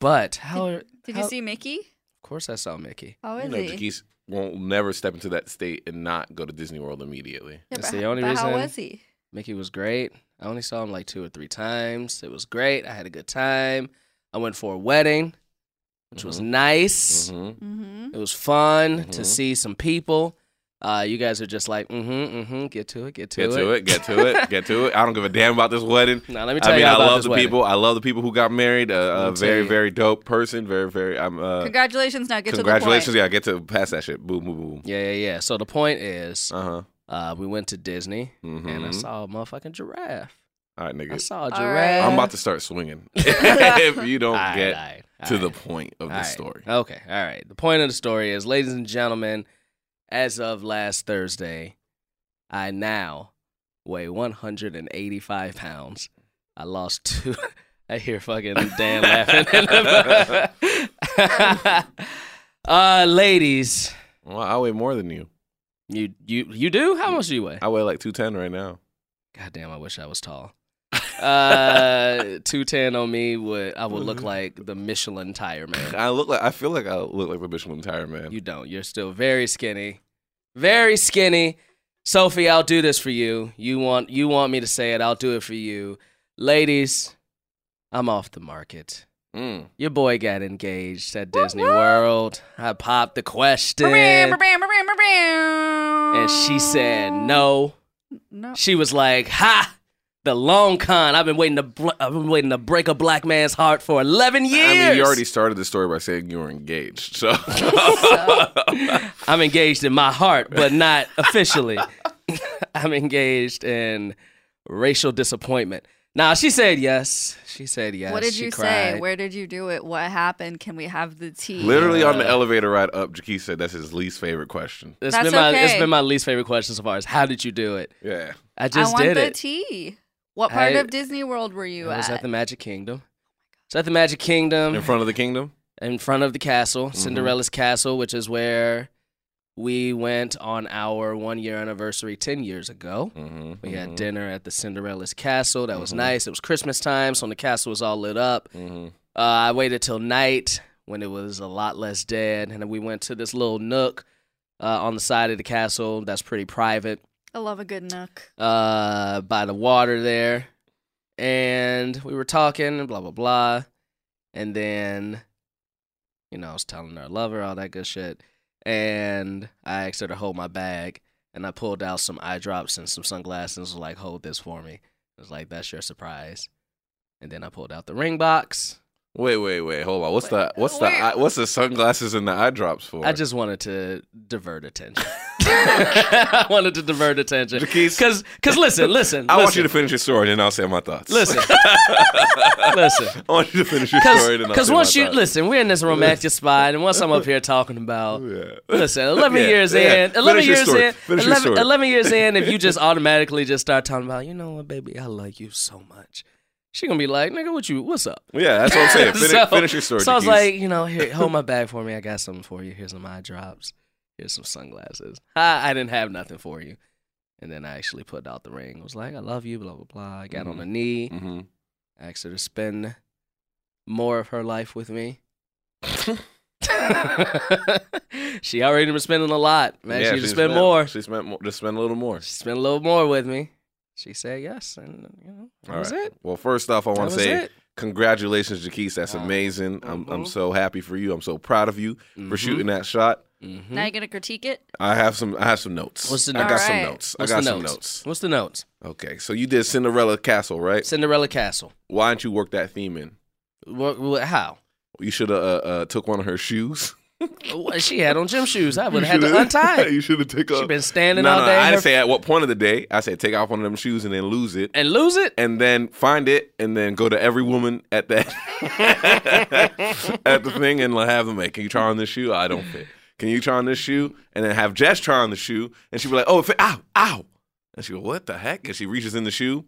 [SPEAKER 4] but how?
[SPEAKER 5] Did
[SPEAKER 4] how-
[SPEAKER 5] you see Mickey?
[SPEAKER 4] Of course, I saw Mickey.
[SPEAKER 5] How
[SPEAKER 3] You
[SPEAKER 5] is
[SPEAKER 3] know,
[SPEAKER 5] he?
[SPEAKER 3] Jackie's won't never step into that state and not go to Disney World immediately.
[SPEAKER 5] Yeah,
[SPEAKER 4] That's
[SPEAKER 5] but
[SPEAKER 4] the
[SPEAKER 5] how-
[SPEAKER 4] only
[SPEAKER 5] but How
[SPEAKER 4] reason-
[SPEAKER 5] was he?
[SPEAKER 4] Mickey was great. I only saw him like two or three times. It was great. I had a good time. I went for a wedding, which was
[SPEAKER 3] Mm-hmm.
[SPEAKER 4] nice.
[SPEAKER 3] hmm
[SPEAKER 5] Mm-hmm.
[SPEAKER 4] It was fun to
[SPEAKER 3] Mhm.
[SPEAKER 4] see some people. Uh, you guys are just like, mm-hmm, mm-hmm, get to it, get to
[SPEAKER 3] Get
[SPEAKER 4] it.
[SPEAKER 3] to it. Get to it. Get to it. I don't give a damn about this wedding.
[SPEAKER 4] Now let me tell
[SPEAKER 3] I mean,
[SPEAKER 4] you
[SPEAKER 3] I
[SPEAKER 4] about
[SPEAKER 3] love
[SPEAKER 4] this
[SPEAKER 3] the
[SPEAKER 4] wedding.
[SPEAKER 3] people. I love the people who got married. uh, A,
[SPEAKER 4] Let
[SPEAKER 3] a
[SPEAKER 4] me tell
[SPEAKER 3] very,
[SPEAKER 4] you.
[SPEAKER 3] very dope person. Very, very. I'm. Uh,
[SPEAKER 5] Congratulations. Now get
[SPEAKER 3] congratulations.
[SPEAKER 5] to the point.
[SPEAKER 3] Yeah, I get to pass that shit. Boom, boom, boom.
[SPEAKER 4] Yeah, yeah, yeah. So the point is,
[SPEAKER 3] Uh huh.
[SPEAKER 4] uh, we went to Disney
[SPEAKER 3] Mm-hmm.
[SPEAKER 4] and I saw a motherfucking giraffe.
[SPEAKER 3] All right,
[SPEAKER 4] I
[SPEAKER 3] nigga.
[SPEAKER 4] saw a
[SPEAKER 5] right.
[SPEAKER 4] giraffe.
[SPEAKER 3] I'm about to start swinging. if you don't
[SPEAKER 4] All right,
[SPEAKER 3] get
[SPEAKER 4] all right, all
[SPEAKER 3] to
[SPEAKER 4] right.
[SPEAKER 3] the point of the
[SPEAKER 4] All right.
[SPEAKER 3] story,
[SPEAKER 4] Okay, all right. The point of the story is, ladies and gentlemen, as of last Thursday, I now weigh 185 pounds. I lost two. I hear fucking Dan laughing. uh, ladies,
[SPEAKER 3] well, I weigh more than you.
[SPEAKER 4] you you you do? How much do you weigh?
[SPEAKER 3] I weigh like two ten right now.
[SPEAKER 4] God damn! I wish I was tall. Uh, two ten on me would I would look like the Michelin tire man.
[SPEAKER 3] I look like. I feel like I look like the Michelin Tire Man.
[SPEAKER 4] You don't. You're still very skinny. Very skinny. Sophie, I'll do this for you. You want you want me to say it, I'll do it for you. Ladies, I'm off the market.
[SPEAKER 3] Mm.
[SPEAKER 4] Your boy got engaged at Disney World. I popped the question. And
[SPEAKER 5] And
[SPEAKER 4] she said no.
[SPEAKER 5] No.
[SPEAKER 4] She was like, "Ha! The long con. I've been waiting to bl- I've been waiting to break a black man's heart for 11
[SPEAKER 3] I
[SPEAKER 4] years."
[SPEAKER 3] mean, you already started the story by saying you were engaged. So
[SPEAKER 4] I'm engaged in my heart, but not officially. I'm engaged in racial disappointment. Now she said yes. She said yes.
[SPEAKER 5] What did
[SPEAKER 4] She
[SPEAKER 5] you say?
[SPEAKER 4] cried.
[SPEAKER 5] Where did you do it? What happened? Can we have the tea?
[SPEAKER 3] literally on the
[SPEAKER 4] Uh,
[SPEAKER 3] elevator ride up, Jaki said that's his least favorite question.
[SPEAKER 4] It's
[SPEAKER 5] That's
[SPEAKER 4] been my it's
[SPEAKER 5] okay.
[SPEAKER 4] been my least favorite question so far. Is how did you do it?
[SPEAKER 3] Yeah.
[SPEAKER 4] I just
[SPEAKER 5] I want
[SPEAKER 4] did
[SPEAKER 5] the
[SPEAKER 4] it.
[SPEAKER 5] tea. What part
[SPEAKER 4] I-
[SPEAKER 5] of Disney World were
[SPEAKER 4] I
[SPEAKER 5] you
[SPEAKER 4] was
[SPEAKER 5] at? Oh
[SPEAKER 4] at the Magic Kingdom. It's at the Magic Kingdom
[SPEAKER 3] In front of the kingdom.
[SPEAKER 4] in front of the castle, Cinderella's castle, which is where we went on our one year anniversary ten years ago.
[SPEAKER 3] Mm-hmm.
[SPEAKER 4] We had dinner at the Cinderella's castle. That was nice. It was Christmas time, so the castle was all lit up.
[SPEAKER 3] Mm-hmm.
[SPEAKER 4] Uh, I waited till night, when it was a lot less dead. And we went to this little nook uh, on the side of the castle that's pretty private
[SPEAKER 5] I love a good nook.
[SPEAKER 4] uh, by the water there, and we were talking and blah blah blah, and then, you know, I was telling her I love her, all that good shit, and I asked her to hold my bag, and I pulled out some eye drops and some sunglasses, was like, hold this for me. It was like, that's your surprise, and then I pulled out the ring box.
[SPEAKER 3] Wait, wait, wait. Hold on. What's the what's the
[SPEAKER 5] Wait.
[SPEAKER 3] eye, what's the sunglasses and the eye drops for?
[SPEAKER 4] I just wanted to divert attention. I wanted to divert attention.
[SPEAKER 3] Jaquez,
[SPEAKER 4] Cause, cause listen, listen.
[SPEAKER 3] I want you to
[SPEAKER 4] listen,
[SPEAKER 3] finish your story, and then I'll say my thoughts.
[SPEAKER 4] listen, listen.
[SPEAKER 3] I want you to finish your story, and I'll
[SPEAKER 4] Because
[SPEAKER 3] say
[SPEAKER 4] once
[SPEAKER 3] my
[SPEAKER 4] you
[SPEAKER 3] thoughts.
[SPEAKER 4] listen, we're in this romantic spot, and once I'm up here talking about
[SPEAKER 3] Yeah.
[SPEAKER 4] listen, eleven
[SPEAKER 3] Yeah,
[SPEAKER 4] years
[SPEAKER 3] yeah.
[SPEAKER 4] in, eleven
[SPEAKER 3] Finish your
[SPEAKER 4] years
[SPEAKER 3] story.
[SPEAKER 4] in,
[SPEAKER 3] Finish your
[SPEAKER 4] 11,
[SPEAKER 3] story.
[SPEAKER 4] 11 years in, if you just automatically just start talking about, you know what, baby, I love you so much, she gonna be like, nigga, what you, what's up?
[SPEAKER 3] Yeah, that's what I'm saying. Finish,
[SPEAKER 4] So-
[SPEAKER 3] finish your story.
[SPEAKER 4] So I was
[SPEAKER 3] Jaquez.
[SPEAKER 4] like, you know, here, hold my bag for me. I got something for you. Here's some eye drops. Here's some sunglasses. Ha, I didn't have nothing for you. And then I actually put out the ring. I was like, I love you, blah, blah, blah. I got on
[SPEAKER 3] Mhm.
[SPEAKER 4] a knee.
[SPEAKER 3] Mhm.
[SPEAKER 4] I asked her to spend more of her life with me. she already been spending a lot, man.
[SPEAKER 3] Yeah,
[SPEAKER 4] she
[SPEAKER 3] she
[SPEAKER 4] just spend
[SPEAKER 3] spent-
[SPEAKER 4] more. She
[SPEAKER 3] She spent more. Just spent a little more.
[SPEAKER 4] spent a little more with me. She said yes, and you know that
[SPEAKER 3] All
[SPEAKER 4] was
[SPEAKER 3] right.
[SPEAKER 4] it.
[SPEAKER 3] Well, first off, I
[SPEAKER 4] That
[SPEAKER 3] want
[SPEAKER 4] was
[SPEAKER 3] to say
[SPEAKER 4] it.
[SPEAKER 3] congratulations, Jaquise. That's
[SPEAKER 4] Uh,
[SPEAKER 3] amazing. I'm, I'm
[SPEAKER 4] mhm.
[SPEAKER 3] so happy for you. I'm so proud of you for
[SPEAKER 4] Mhm,
[SPEAKER 3] shooting that shot.
[SPEAKER 4] mhm.
[SPEAKER 5] Now you're gonna critique it.
[SPEAKER 3] I have some. I have some notes.
[SPEAKER 4] What's the
[SPEAKER 3] I
[SPEAKER 4] note?
[SPEAKER 3] got some
[SPEAKER 5] Alright.
[SPEAKER 3] notes.
[SPEAKER 4] What's
[SPEAKER 3] I got
[SPEAKER 4] the
[SPEAKER 3] some
[SPEAKER 4] notes?
[SPEAKER 3] notes.
[SPEAKER 4] What's the notes?
[SPEAKER 3] Okay, so you did Cinderella Castle, right?
[SPEAKER 4] Cinderella Castle.
[SPEAKER 3] Why didn't you work that theme in?
[SPEAKER 4] What, what, how?
[SPEAKER 3] You should have uh, uh, took one of her shoes.
[SPEAKER 4] What- she had on gym shoes. I
[SPEAKER 3] You
[SPEAKER 4] would have had to
[SPEAKER 3] shoulda-
[SPEAKER 4] untie. it.
[SPEAKER 3] you should have taken.
[SPEAKER 4] She been standing
[SPEAKER 3] no,
[SPEAKER 4] all
[SPEAKER 3] no,
[SPEAKER 4] day
[SPEAKER 3] I
[SPEAKER 4] her-
[SPEAKER 3] didn't say at what point of the day. I said take off one of them shoes and then lose it,
[SPEAKER 4] and lose it.
[SPEAKER 3] and then find it, and then go to every woman at that at the thing and like, have them like, can you try on this shoe? I don't fit. Can you try on this shoe? And then have Jess try on the shoe, and she be like, oh, it fit. Ow, ow. And she go, what the heck? And she reaches in the shoe.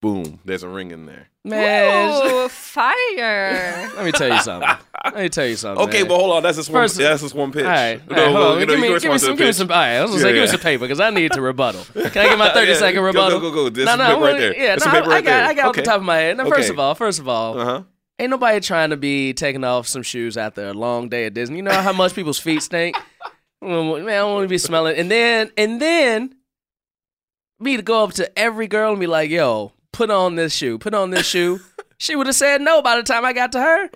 [SPEAKER 3] Boom! There's a ring in there.
[SPEAKER 4] Man,
[SPEAKER 5] Ooh, fire!
[SPEAKER 4] let me tell you something. Let me tell you something.
[SPEAKER 3] Okay,
[SPEAKER 4] man.
[SPEAKER 3] but hold on. That's just one.
[SPEAKER 4] First-
[SPEAKER 3] that's just one pitch.
[SPEAKER 4] All right,
[SPEAKER 3] No,
[SPEAKER 4] all right,
[SPEAKER 3] well,
[SPEAKER 4] hold on.
[SPEAKER 3] you know,
[SPEAKER 4] give,
[SPEAKER 3] you
[SPEAKER 4] me,
[SPEAKER 3] can
[SPEAKER 4] give me
[SPEAKER 3] respond to
[SPEAKER 4] some,
[SPEAKER 3] the
[SPEAKER 4] give me
[SPEAKER 3] pitch.
[SPEAKER 4] some. uh, All right, I was gonna say,
[SPEAKER 3] Yeah,
[SPEAKER 4] give me
[SPEAKER 3] yeah.
[SPEAKER 4] some paper because I need to rebuttal. Can I get my thirty
[SPEAKER 3] Yeah,
[SPEAKER 4] second
[SPEAKER 3] go,
[SPEAKER 4] rebuttal?
[SPEAKER 3] Go, go, go. There's
[SPEAKER 4] No,
[SPEAKER 3] some
[SPEAKER 4] no,
[SPEAKER 3] paper
[SPEAKER 4] I'm
[SPEAKER 3] right
[SPEAKER 4] gonna-
[SPEAKER 3] there.
[SPEAKER 4] Yeah,
[SPEAKER 3] There's
[SPEAKER 4] no,
[SPEAKER 3] some
[SPEAKER 4] I,
[SPEAKER 3] paper
[SPEAKER 4] I
[SPEAKER 3] right
[SPEAKER 4] got,
[SPEAKER 3] there.
[SPEAKER 4] I got off the
[SPEAKER 3] Okay.
[SPEAKER 4] top of my head. Now, first
[SPEAKER 3] Okay.
[SPEAKER 4] of all, first of all,
[SPEAKER 3] Uh-huh.
[SPEAKER 4] ain't nobody trying to be taking off some shoes after a long day at Disney. You know how much people's feet stink. Man, I don't want to be smelling. And then, and then, me to go up to every girl and be like, "Yo, put on this shoe. Put on this shoe." she would have said no by the time I got to her.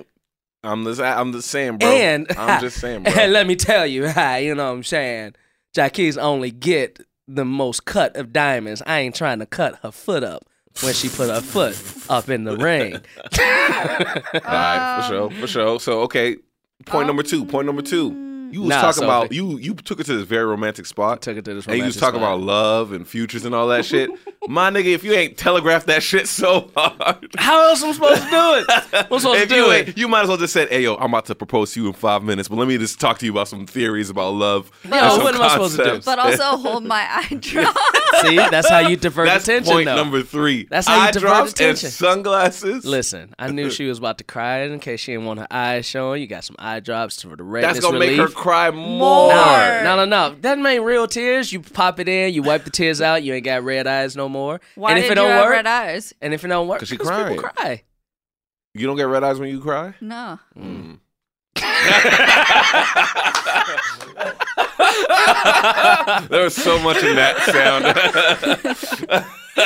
[SPEAKER 3] I'm just, I'm just saying, bro.
[SPEAKER 4] And
[SPEAKER 3] I'm just saying, bro.
[SPEAKER 4] And let me tell you, you know what I'm saying? Jackie's only get the most cut of diamonds. I ain't trying to cut her foot up when she put her foot up in the ring.
[SPEAKER 3] All right, for sure, for sure. So, okay, point number two. Point number two. You was
[SPEAKER 4] Nah,
[SPEAKER 3] talking about
[SPEAKER 4] Sophie.
[SPEAKER 3] you. You took it to this very romantic spot.
[SPEAKER 4] Took it to this
[SPEAKER 3] And you was
[SPEAKER 4] romantic
[SPEAKER 3] talking
[SPEAKER 4] spot.
[SPEAKER 3] about love and futures and all that shit. My nigga, if you ain't telegraphed that shit so hard,
[SPEAKER 4] How else I'm supposed to do it? I'm supposed
[SPEAKER 3] if
[SPEAKER 4] to do
[SPEAKER 3] you
[SPEAKER 4] it.
[SPEAKER 3] ain't, you might as well just said, "Hey, yo, I'm about to propose to you in five minutes." But let me just talk to you about some theories about love. No,
[SPEAKER 4] what am I supposed to do?
[SPEAKER 5] But also hold my eye drop.
[SPEAKER 4] See, that's how you divert
[SPEAKER 3] That's
[SPEAKER 4] attention.
[SPEAKER 3] point
[SPEAKER 4] though.
[SPEAKER 3] number three.
[SPEAKER 4] That's how you
[SPEAKER 3] Eye
[SPEAKER 4] divert
[SPEAKER 3] drops and
[SPEAKER 4] attention.
[SPEAKER 3] sunglasses.
[SPEAKER 4] Listen, I knew she was about to cry in case she didn't want her eyes showing. You got some eye drops for the redness
[SPEAKER 3] That's gonna make
[SPEAKER 4] relief.
[SPEAKER 3] her cry more.
[SPEAKER 5] More.
[SPEAKER 4] No, no, no. That ain't real tears. You pop it in, you wipe the tears out, you ain't got red eyes no more.
[SPEAKER 5] Why
[SPEAKER 4] and if
[SPEAKER 5] did
[SPEAKER 4] it don't
[SPEAKER 5] you have
[SPEAKER 4] work,
[SPEAKER 5] red eyes?
[SPEAKER 4] and if it don't work,
[SPEAKER 3] 'Cause she
[SPEAKER 4] people
[SPEAKER 3] cried.
[SPEAKER 4] cry.
[SPEAKER 3] You don't get red eyes when you cry.
[SPEAKER 5] No.
[SPEAKER 3] There was so much in that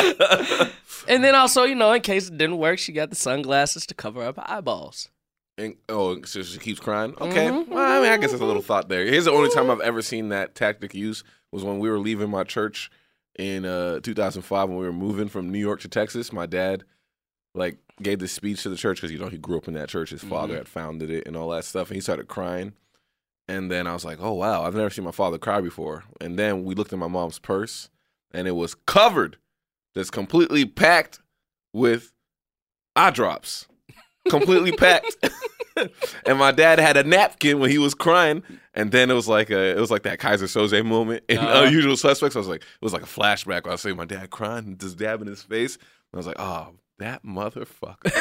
[SPEAKER 3] sound.
[SPEAKER 4] And then also, you know, in case it didn't work, she got the sunglasses to cover up her eyeballs.
[SPEAKER 3] and, oh, so she keeps crying. Okay, well, I mean, I guess that's a little thought there. Here's the only time I've ever seen that tactic used was when we were leaving my church in uh, 2005 when we were moving from New York to Texas. My dad like gave this speech to the church because you know he grew up in that church. His father had founded it and all that stuff, and he started crying. And then I was like, "Oh wow, I've never seen my father cry before." And then we looked at my mom's purse, and it was covered, just completely packed with eye drops, completely packed. and my dad had a napkin when he was crying, and then it was like a, it was like that Kaiser Soze moment in
[SPEAKER 4] Uh-huh.
[SPEAKER 3] Unusual Suspects. I was like, it was like a flashback. When I see my dad crying, and just dabbing his face. And I was like, oh, that motherfucker.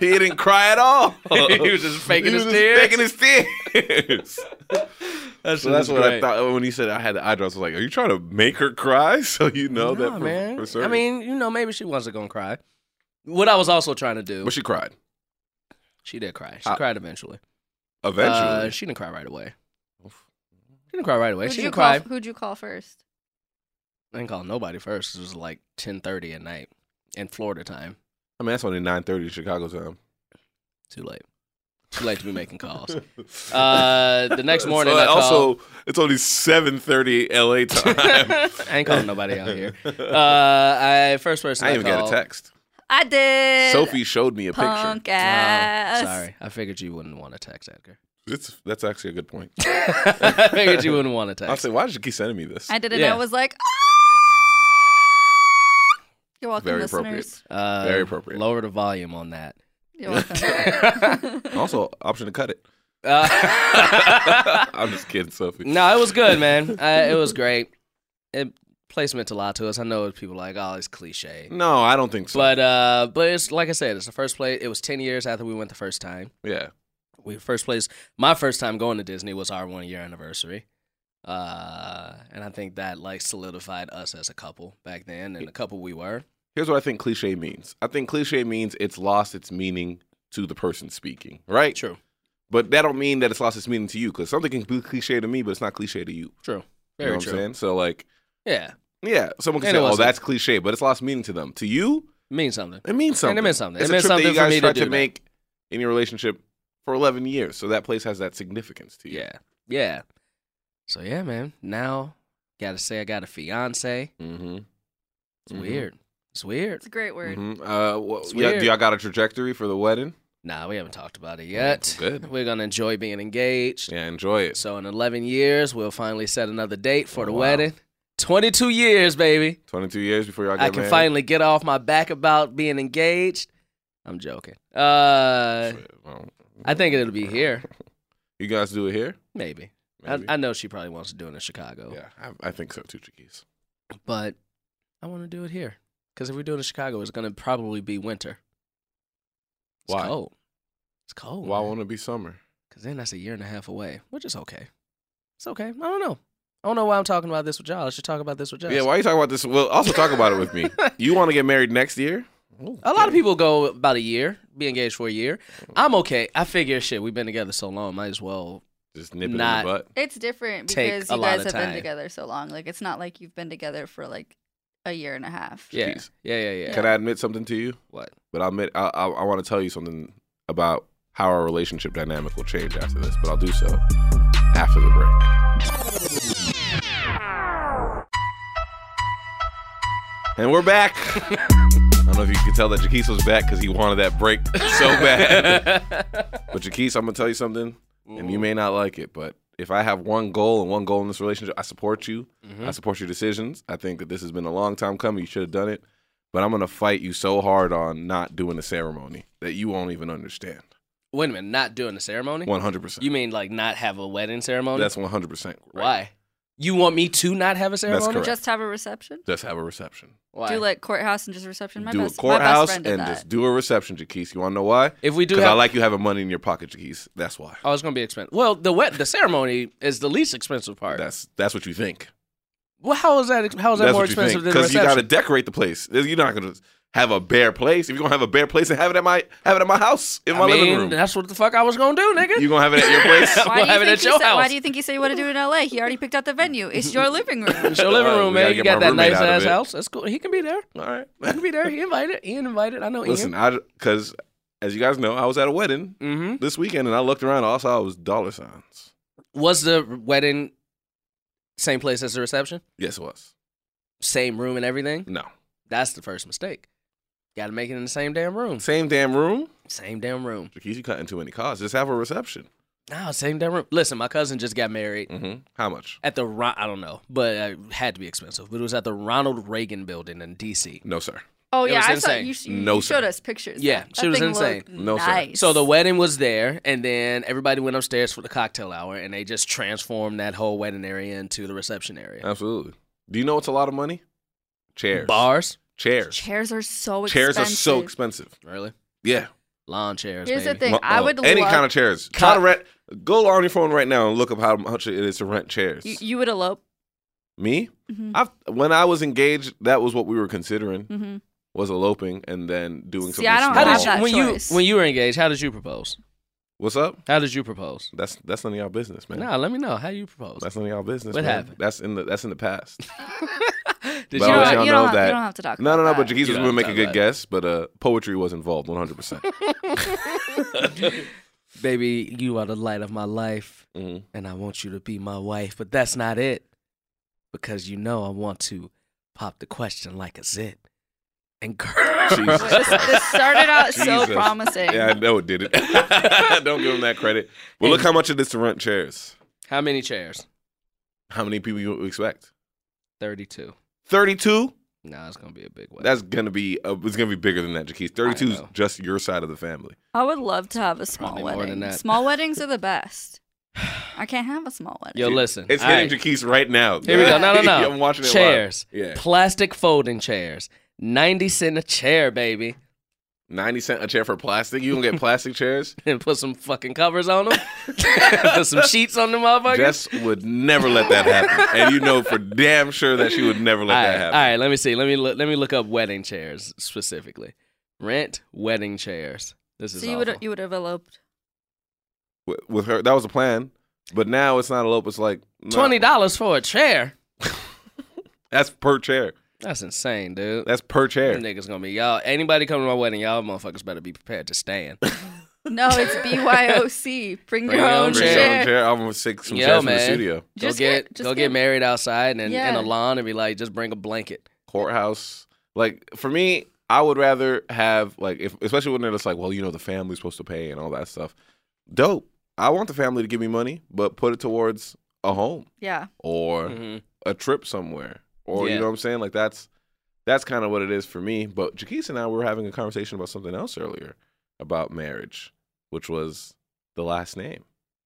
[SPEAKER 3] he didn't cry at all.
[SPEAKER 4] He was just faking
[SPEAKER 3] He was
[SPEAKER 4] his
[SPEAKER 3] just
[SPEAKER 4] tears.
[SPEAKER 3] Faking his tears.
[SPEAKER 4] That's,
[SPEAKER 3] so that's what I thought when he said I had the eye drops. I was like, are you trying to make her cry? So you know that
[SPEAKER 4] Nah,
[SPEAKER 3] for,
[SPEAKER 4] man.
[SPEAKER 3] for certain.
[SPEAKER 4] I mean, you know, maybe she wasn't gonna cry. What I was also trying to do,
[SPEAKER 3] but she cried.
[SPEAKER 4] She did cry. She
[SPEAKER 3] Uh,
[SPEAKER 4] cried eventually. Uh,
[SPEAKER 3] Eventually.
[SPEAKER 4] she didn't cry right away. She didn't cry right away.
[SPEAKER 5] Who'd
[SPEAKER 4] she
[SPEAKER 5] you
[SPEAKER 4] didn't
[SPEAKER 5] call?
[SPEAKER 4] cry.
[SPEAKER 5] Who'd you call first?
[SPEAKER 4] I didn't call nobody first. 'cause It was like ten thirty at night in Florida time.
[SPEAKER 3] I mean, that's only 9.30 Chicago time.
[SPEAKER 4] Too late. Too late to be making calls. Uh, the next
[SPEAKER 3] So
[SPEAKER 4] morning, I
[SPEAKER 3] also, it's only 7.30 LA time.
[SPEAKER 4] I ain't calling nobody out here. Uh, I first person.
[SPEAKER 3] I
[SPEAKER 4] I
[SPEAKER 3] even got a
[SPEAKER 4] called-
[SPEAKER 3] text.
[SPEAKER 5] I did.
[SPEAKER 3] Sophie showed me a picture.
[SPEAKER 5] Punk ass.
[SPEAKER 4] Oh, sorry, I figured you wouldn't want to text Edgar.
[SPEAKER 3] It's, that's actually a good point.
[SPEAKER 4] I figured you wouldn't want to
[SPEAKER 3] I'll
[SPEAKER 4] text.
[SPEAKER 3] say, why did you keep sending me this?
[SPEAKER 5] I did it.
[SPEAKER 4] Yeah.
[SPEAKER 5] And I was like, "Ah!" you're welcome,
[SPEAKER 3] Very appropriate.
[SPEAKER 5] listeners.
[SPEAKER 4] Uh,
[SPEAKER 3] Very appropriate.
[SPEAKER 4] Lower the volume on that.
[SPEAKER 5] You're welcome.
[SPEAKER 3] also, option to cut it.
[SPEAKER 4] Uh,
[SPEAKER 3] I'm just kidding, Sophie.
[SPEAKER 4] no, it was good, man. I, it was great. It, place meant a lot to us. I know people like, oh, it's cliche,
[SPEAKER 3] No, I don't think Mm, so.
[SPEAKER 4] but uh, but it's like I said, it's the first place. It was ten years after we went the first time.
[SPEAKER 3] yeah.
[SPEAKER 4] we first place my first time going to disney was our one year anniversary uh and i think that like solidified us as a couple back then and the couple we were
[SPEAKER 3] Here's what I think cliche means. I think cliche means it's lost its meaning to the person speaking, right?
[SPEAKER 4] true
[SPEAKER 3] But that don't mean that it's lost its meaning to you, because something can be cliche to me, but it's not cliche to you.
[SPEAKER 4] true
[SPEAKER 3] You
[SPEAKER 4] very
[SPEAKER 3] know what
[SPEAKER 4] true
[SPEAKER 3] I'm saying? So like,
[SPEAKER 4] yeah
[SPEAKER 3] yeah, someone can
[SPEAKER 4] And it
[SPEAKER 3] say, "Oh,
[SPEAKER 4] wasn't.
[SPEAKER 3] that's cliche," but it's lost meaning to them. To you,
[SPEAKER 4] means something
[SPEAKER 3] it means
[SPEAKER 4] And
[SPEAKER 3] something.
[SPEAKER 4] it meant something. It
[SPEAKER 3] It's a
[SPEAKER 4] meant
[SPEAKER 3] trip that
[SPEAKER 4] something
[SPEAKER 3] you
[SPEAKER 4] for
[SPEAKER 3] guys
[SPEAKER 4] me to
[SPEAKER 3] tried to,
[SPEAKER 4] do that.
[SPEAKER 3] make in your relationship for 11 years. So that place has that significance to you.
[SPEAKER 4] yeah yeah so yeah man now gotta say i got a fiance
[SPEAKER 3] Mm-hmm.
[SPEAKER 4] it's weird it's weird
[SPEAKER 5] it's a great word.
[SPEAKER 3] Uh, wha-
[SPEAKER 4] It's
[SPEAKER 3] yeah,
[SPEAKER 4] weird.
[SPEAKER 3] do y'all got a trajectory for the wedding?
[SPEAKER 4] nah we haven't talked about it yet
[SPEAKER 3] good.
[SPEAKER 4] we're gonna enjoy being engaged
[SPEAKER 3] Yeah, enjoy it.
[SPEAKER 4] so in 11 years we'll finally set another date for
[SPEAKER 3] Oh,
[SPEAKER 4] the
[SPEAKER 3] wow.
[SPEAKER 4] wedding 22 years baby
[SPEAKER 3] 22 years before y'all get
[SPEAKER 4] I can
[SPEAKER 3] married.
[SPEAKER 4] finally get off my back about being engaged. I'm joking. Uh,
[SPEAKER 3] Shit, well,
[SPEAKER 4] I think it'll be here.
[SPEAKER 3] You guys do it here?
[SPEAKER 4] Maybe.
[SPEAKER 3] Maybe.
[SPEAKER 4] I, I know she probably wants to do it in Chicago,
[SPEAKER 3] yeah, I, I think so too, Chiquis.
[SPEAKER 4] but I want to do it here because if we do it in Chicago, it's going to probably be winter. It's
[SPEAKER 3] Why?
[SPEAKER 4] cold. It's cold.
[SPEAKER 3] Why won't it be summer?
[SPEAKER 4] Because then that's a year and a half away, which is okay. It's okay. I don't know. I don't know why I'm talking about this with y'all. I should talk about this with Jess.
[SPEAKER 3] Yeah, why are you talking about this? Well, also talk about it with me. You want to get married next year?
[SPEAKER 4] A lot of people go about a year, be engaged for a year.
[SPEAKER 3] Oh.
[SPEAKER 4] I'm okay. I figure, shit, we've been together so long, might as well
[SPEAKER 3] just nip it
[SPEAKER 4] Not-
[SPEAKER 3] in the butt.
[SPEAKER 5] It's different
[SPEAKER 4] Take
[SPEAKER 5] because
[SPEAKER 4] a
[SPEAKER 5] you
[SPEAKER 4] lot
[SPEAKER 5] guys
[SPEAKER 4] of
[SPEAKER 5] have
[SPEAKER 4] time.
[SPEAKER 5] been together so long. Like it's not like you've been together for like a year and a half.
[SPEAKER 4] Yeah.
[SPEAKER 3] Jeez.
[SPEAKER 4] Yeah, yeah, yeah.
[SPEAKER 3] Can I admit something to you?
[SPEAKER 4] What?
[SPEAKER 3] But I'll admit, I, I, I want to tell you something about how our relationship dynamic will change after this, but I'll do so after the break. And we're back. I don't know if you can tell that Jaquise was back because he wanted that break so bad. but Jaquise, I'm gonna tell you something, and you may not like it, but if I have one goal and one goal in this relationship, I support you.
[SPEAKER 4] Mm-hmm.
[SPEAKER 3] I support your decisions. I think that this has been a long time coming. You should have done it, but I'm gonna fight you so hard on not doing the ceremony that you won't even understand.
[SPEAKER 4] Wait a minute, not doing the ceremony?
[SPEAKER 3] 100. percent
[SPEAKER 4] You mean like not have a wedding ceremony?
[SPEAKER 3] That's 100. percent
[SPEAKER 4] why. You want me to not have a ceremony?
[SPEAKER 3] correct.
[SPEAKER 5] Just have a reception.
[SPEAKER 3] Just have a reception.
[SPEAKER 4] Why?
[SPEAKER 5] Do like courthouse and just reception. My
[SPEAKER 3] do
[SPEAKER 5] best,
[SPEAKER 3] a courthouse
[SPEAKER 5] my best
[SPEAKER 3] and
[SPEAKER 5] friend did that.
[SPEAKER 3] just do a reception, Jaquise. You wanna know why?
[SPEAKER 4] if we do
[SPEAKER 3] Because
[SPEAKER 4] have,
[SPEAKER 3] I like you having money in your pocket, Jaquise. That's why.
[SPEAKER 4] Oh, it's gonna be expensive. Well, the wet the ceremony is the least expensive part.
[SPEAKER 3] That's that's what you think.
[SPEAKER 4] well, how is that? How is that
[SPEAKER 3] That's
[SPEAKER 4] more
[SPEAKER 3] what you think.
[SPEAKER 4] expensive than the
[SPEAKER 3] you
[SPEAKER 4] reception?
[SPEAKER 3] got to decorate the place. You're not gonna have a bare place. If you're gonna have a bare place and have it at my have it at my house in my
[SPEAKER 4] I mean,
[SPEAKER 3] living room,
[SPEAKER 4] that's what the fuck I was gonna do, nigga.
[SPEAKER 3] you're gonna have it at your place.
[SPEAKER 4] We'll
[SPEAKER 5] Why do, you
[SPEAKER 4] have it
[SPEAKER 5] think
[SPEAKER 4] at
[SPEAKER 5] he
[SPEAKER 4] your
[SPEAKER 5] said, why
[SPEAKER 4] house.
[SPEAKER 5] do you think he said you want to do it in LA? He already picked out the venue. It's your living room.
[SPEAKER 4] it's your living
[SPEAKER 3] Alright,
[SPEAKER 4] room,
[SPEAKER 3] we gotta
[SPEAKER 4] man. You
[SPEAKER 3] get
[SPEAKER 4] got
[SPEAKER 3] my
[SPEAKER 4] that
[SPEAKER 3] roommate
[SPEAKER 4] nice
[SPEAKER 3] out of
[SPEAKER 4] ass
[SPEAKER 3] it.
[SPEAKER 4] house. That's cool. He can be there.
[SPEAKER 3] All right.
[SPEAKER 4] He can be there. He invited. Ian invited. I know
[SPEAKER 3] Listen,
[SPEAKER 4] Ian.
[SPEAKER 3] I because as you guys know, I was at a wedding
[SPEAKER 4] Mm-hmm.
[SPEAKER 3] this weekend, and I looked around. All I saw was dollar signs.
[SPEAKER 4] Was the wedding same place as the reception?
[SPEAKER 3] Yes, it was.
[SPEAKER 4] Same room and everything?
[SPEAKER 3] No,
[SPEAKER 4] That's the first mistake. Got to make it in the same damn room.
[SPEAKER 3] same damn room.
[SPEAKER 4] Same damn room.
[SPEAKER 3] Jaquise, you cutting too many costs. Just have a reception.
[SPEAKER 4] No, same damn room. Listen, my cousin just got married
[SPEAKER 3] Mm-hmm. How much?
[SPEAKER 4] at the Ron- I don't know, but it had to be expensive. But it was at the Ronald Reagan Building in D.C.
[SPEAKER 3] No, sir.
[SPEAKER 5] Oh
[SPEAKER 4] It
[SPEAKER 5] yeah,
[SPEAKER 4] was
[SPEAKER 5] I saw
[SPEAKER 4] insane.
[SPEAKER 5] you. sh- You
[SPEAKER 3] No,
[SPEAKER 5] you showed
[SPEAKER 3] sir.
[SPEAKER 5] us pictures.
[SPEAKER 4] Yeah,
[SPEAKER 5] That
[SPEAKER 4] she was
[SPEAKER 5] thing
[SPEAKER 4] insane.
[SPEAKER 5] looked
[SPEAKER 3] No, sir.
[SPEAKER 5] nice.
[SPEAKER 4] So the wedding was there, and then everybody went upstairs for the cocktail hour, and they just transformed that whole wedding area into the reception area.
[SPEAKER 3] Absolutely. Do you know it's a lot of money? Chairs,
[SPEAKER 4] Bars,
[SPEAKER 3] chairs,
[SPEAKER 5] chairs are so
[SPEAKER 3] chairs are
[SPEAKER 5] expensive.
[SPEAKER 3] so expensive.
[SPEAKER 4] really?
[SPEAKER 3] Yeah.
[SPEAKER 4] Lawn chairs.
[SPEAKER 5] Here's the
[SPEAKER 4] baby.
[SPEAKER 5] thing. I
[SPEAKER 3] Uh-uh.
[SPEAKER 5] would
[SPEAKER 3] any
[SPEAKER 5] love-
[SPEAKER 3] kind of chairs.
[SPEAKER 4] Cut.
[SPEAKER 3] Try to rent. Go on your phone right now and look up how much it is to rent chairs.
[SPEAKER 5] You, you would elope.
[SPEAKER 3] Me,
[SPEAKER 5] Mhm.
[SPEAKER 3] I've, when I was engaged, that was what we were considering.
[SPEAKER 5] Mm-hmm.
[SPEAKER 3] was eloping and then doing something.
[SPEAKER 5] See, I don't
[SPEAKER 4] How
[SPEAKER 3] small.
[SPEAKER 5] have
[SPEAKER 4] did
[SPEAKER 5] that
[SPEAKER 4] you, when
[SPEAKER 5] choice.
[SPEAKER 4] you when you were engaged? How did you propose?
[SPEAKER 3] What's up?
[SPEAKER 4] How did you propose?
[SPEAKER 3] That's that's none of y'all business, man.
[SPEAKER 4] Nah, let me know how you propose.
[SPEAKER 3] That's none of y'all business.
[SPEAKER 4] What
[SPEAKER 3] man.
[SPEAKER 4] happened?
[SPEAKER 3] That's in the that's in the past.
[SPEAKER 4] did
[SPEAKER 3] But
[SPEAKER 4] you
[SPEAKER 3] I'll
[SPEAKER 5] don't,
[SPEAKER 3] let
[SPEAKER 5] you,
[SPEAKER 3] y'all
[SPEAKER 5] don't
[SPEAKER 3] know
[SPEAKER 5] have,
[SPEAKER 3] that-
[SPEAKER 5] you don't have to talk.
[SPEAKER 3] No, no, no.
[SPEAKER 5] about
[SPEAKER 3] But
[SPEAKER 5] that.
[SPEAKER 3] Jaquez
[SPEAKER 4] You
[SPEAKER 3] was
[SPEAKER 4] know
[SPEAKER 3] gonna make
[SPEAKER 4] what
[SPEAKER 3] a
[SPEAKER 4] I'm
[SPEAKER 3] good
[SPEAKER 4] talking about.
[SPEAKER 3] guess, but uh, poetry was involved, one hundred percent.
[SPEAKER 4] baby, you are the light of my life,
[SPEAKER 3] Mm-hmm.
[SPEAKER 4] and I want you to be my wife. But that's not it, because you know I want to pop the question like a zit. And girl,
[SPEAKER 3] Jesus
[SPEAKER 5] Wait, this, this started out so
[SPEAKER 3] Jesus.
[SPEAKER 5] promising.
[SPEAKER 3] Yeah, I know it did it. Don't give him that credit. Well, look how much it is to rent chairs.
[SPEAKER 4] how many chairs?
[SPEAKER 3] How many people you expect?
[SPEAKER 4] Thirty-two.
[SPEAKER 3] Thirty-two.
[SPEAKER 4] Nah, it's gonna be a big one.
[SPEAKER 3] That's gonna be uh, it's gonna be bigger than that, Jaquez. Thirty-two is
[SPEAKER 4] know.
[SPEAKER 3] just your side of the family.
[SPEAKER 5] I would love to have a small
[SPEAKER 4] Probably
[SPEAKER 5] wedding.
[SPEAKER 4] more than that.
[SPEAKER 5] Small weddings are the best. I can't have a small wedding.
[SPEAKER 4] yo. Listen,
[SPEAKER 3] It's
[SPEAKER 4] all
[SPEAKER 3] hitting
[SPEAKER 4] right.
[SPEAKER 3] Jaquez right now.
[SPEAKER 4] Here we go. No, no, no.
[SPEAKER 3] I'm watching it live.
[SPEAKER 4] chairs.
[SPEAKER 3] Yeah.
[SPEAKER 4] Plastic folding chairs. Ninety cent a chair, baby.
[SPEAKER 3] Ninety cent a chair for plastic. You gonna get plastic chairs?
[SPEAKER 4] And put some fucking covers on them. put some sheets on them, motherfucker.
[SPEAKER 3] Jess would never let that happen, and you know for damn sure that she would never let
[SPEAKER 4] all,
[SPEAKER 3] that
[SPEAKER 4] right,
[SPEAKER 3] happen.
[SPEAKER 4] all right, let me see. Let me look, let me look up wedding chairs specifically. Rent wedding chairs. This is
[SPEAKER 5] so you would
[SPEAKER 4] awful.
[SPEAKER 5] you would have eloped.
[SPEAKER 3] with, with her. That was a plan, but now it's not a lope. It's like nah,
[SPEAKER 4] twenty dollars for a chair.
[SPEAKER 3] That's per chair.
[SPEAKER 4] That's insane, dude.
[SPEAKER 3] That's per chair.
[SPEAKER 4] Them niggas gonna be y'all. Anybody come to my wedding, y'all motherfuckers better be prepared to stand.
[SPEAKER 5] No, it's BYOC. Bring,
[SPEAKER 4] Bring
[SPEAKER 5] your
[SPEAKER 4] your
[SPEAKER 5] own,
[SPEAKER 4] own
[SPEAKER 3] Bring your own
[SPEAKER 5] chair.
[SPEAKER 3] chair. I'm gonna take some
[SPEAKER 4] Yo,
[SPEAKER 3] chairs from the
[SPEAKER 4] man.
[SPEAKER 3] studio.
[SPEAKER 4] go
[SPEAKER 5] Just
[SPEAKER 4] get,
[SPEAKER 5] just
[SPEAKER 4] go get, married outside and in
[SPEAKER 5] Yeah.
[SPEAKER 4] a lawn and be like, just bring a blanket.
[SPEAKER 3] Courthouse. Like for me, I would rather have like if especially when they're just like, well, you know, the family's supposed to pay and all that stuff. Dope. I want the family to give me money, but put it towards a home
[SPEAKER 5] Yeah.
[SPEAKER 3] or
[SPEAKER 4] Mhm.
[SPEAKER 3] a trip somewhere. Or you
[SPEAKER 4] Yeah.
[SPEAKER 3] know what I'm saying? Like that's that's kind of what it is for me. But Jaquise and I were having a conversation about something else earlier about marriage, which was the last name.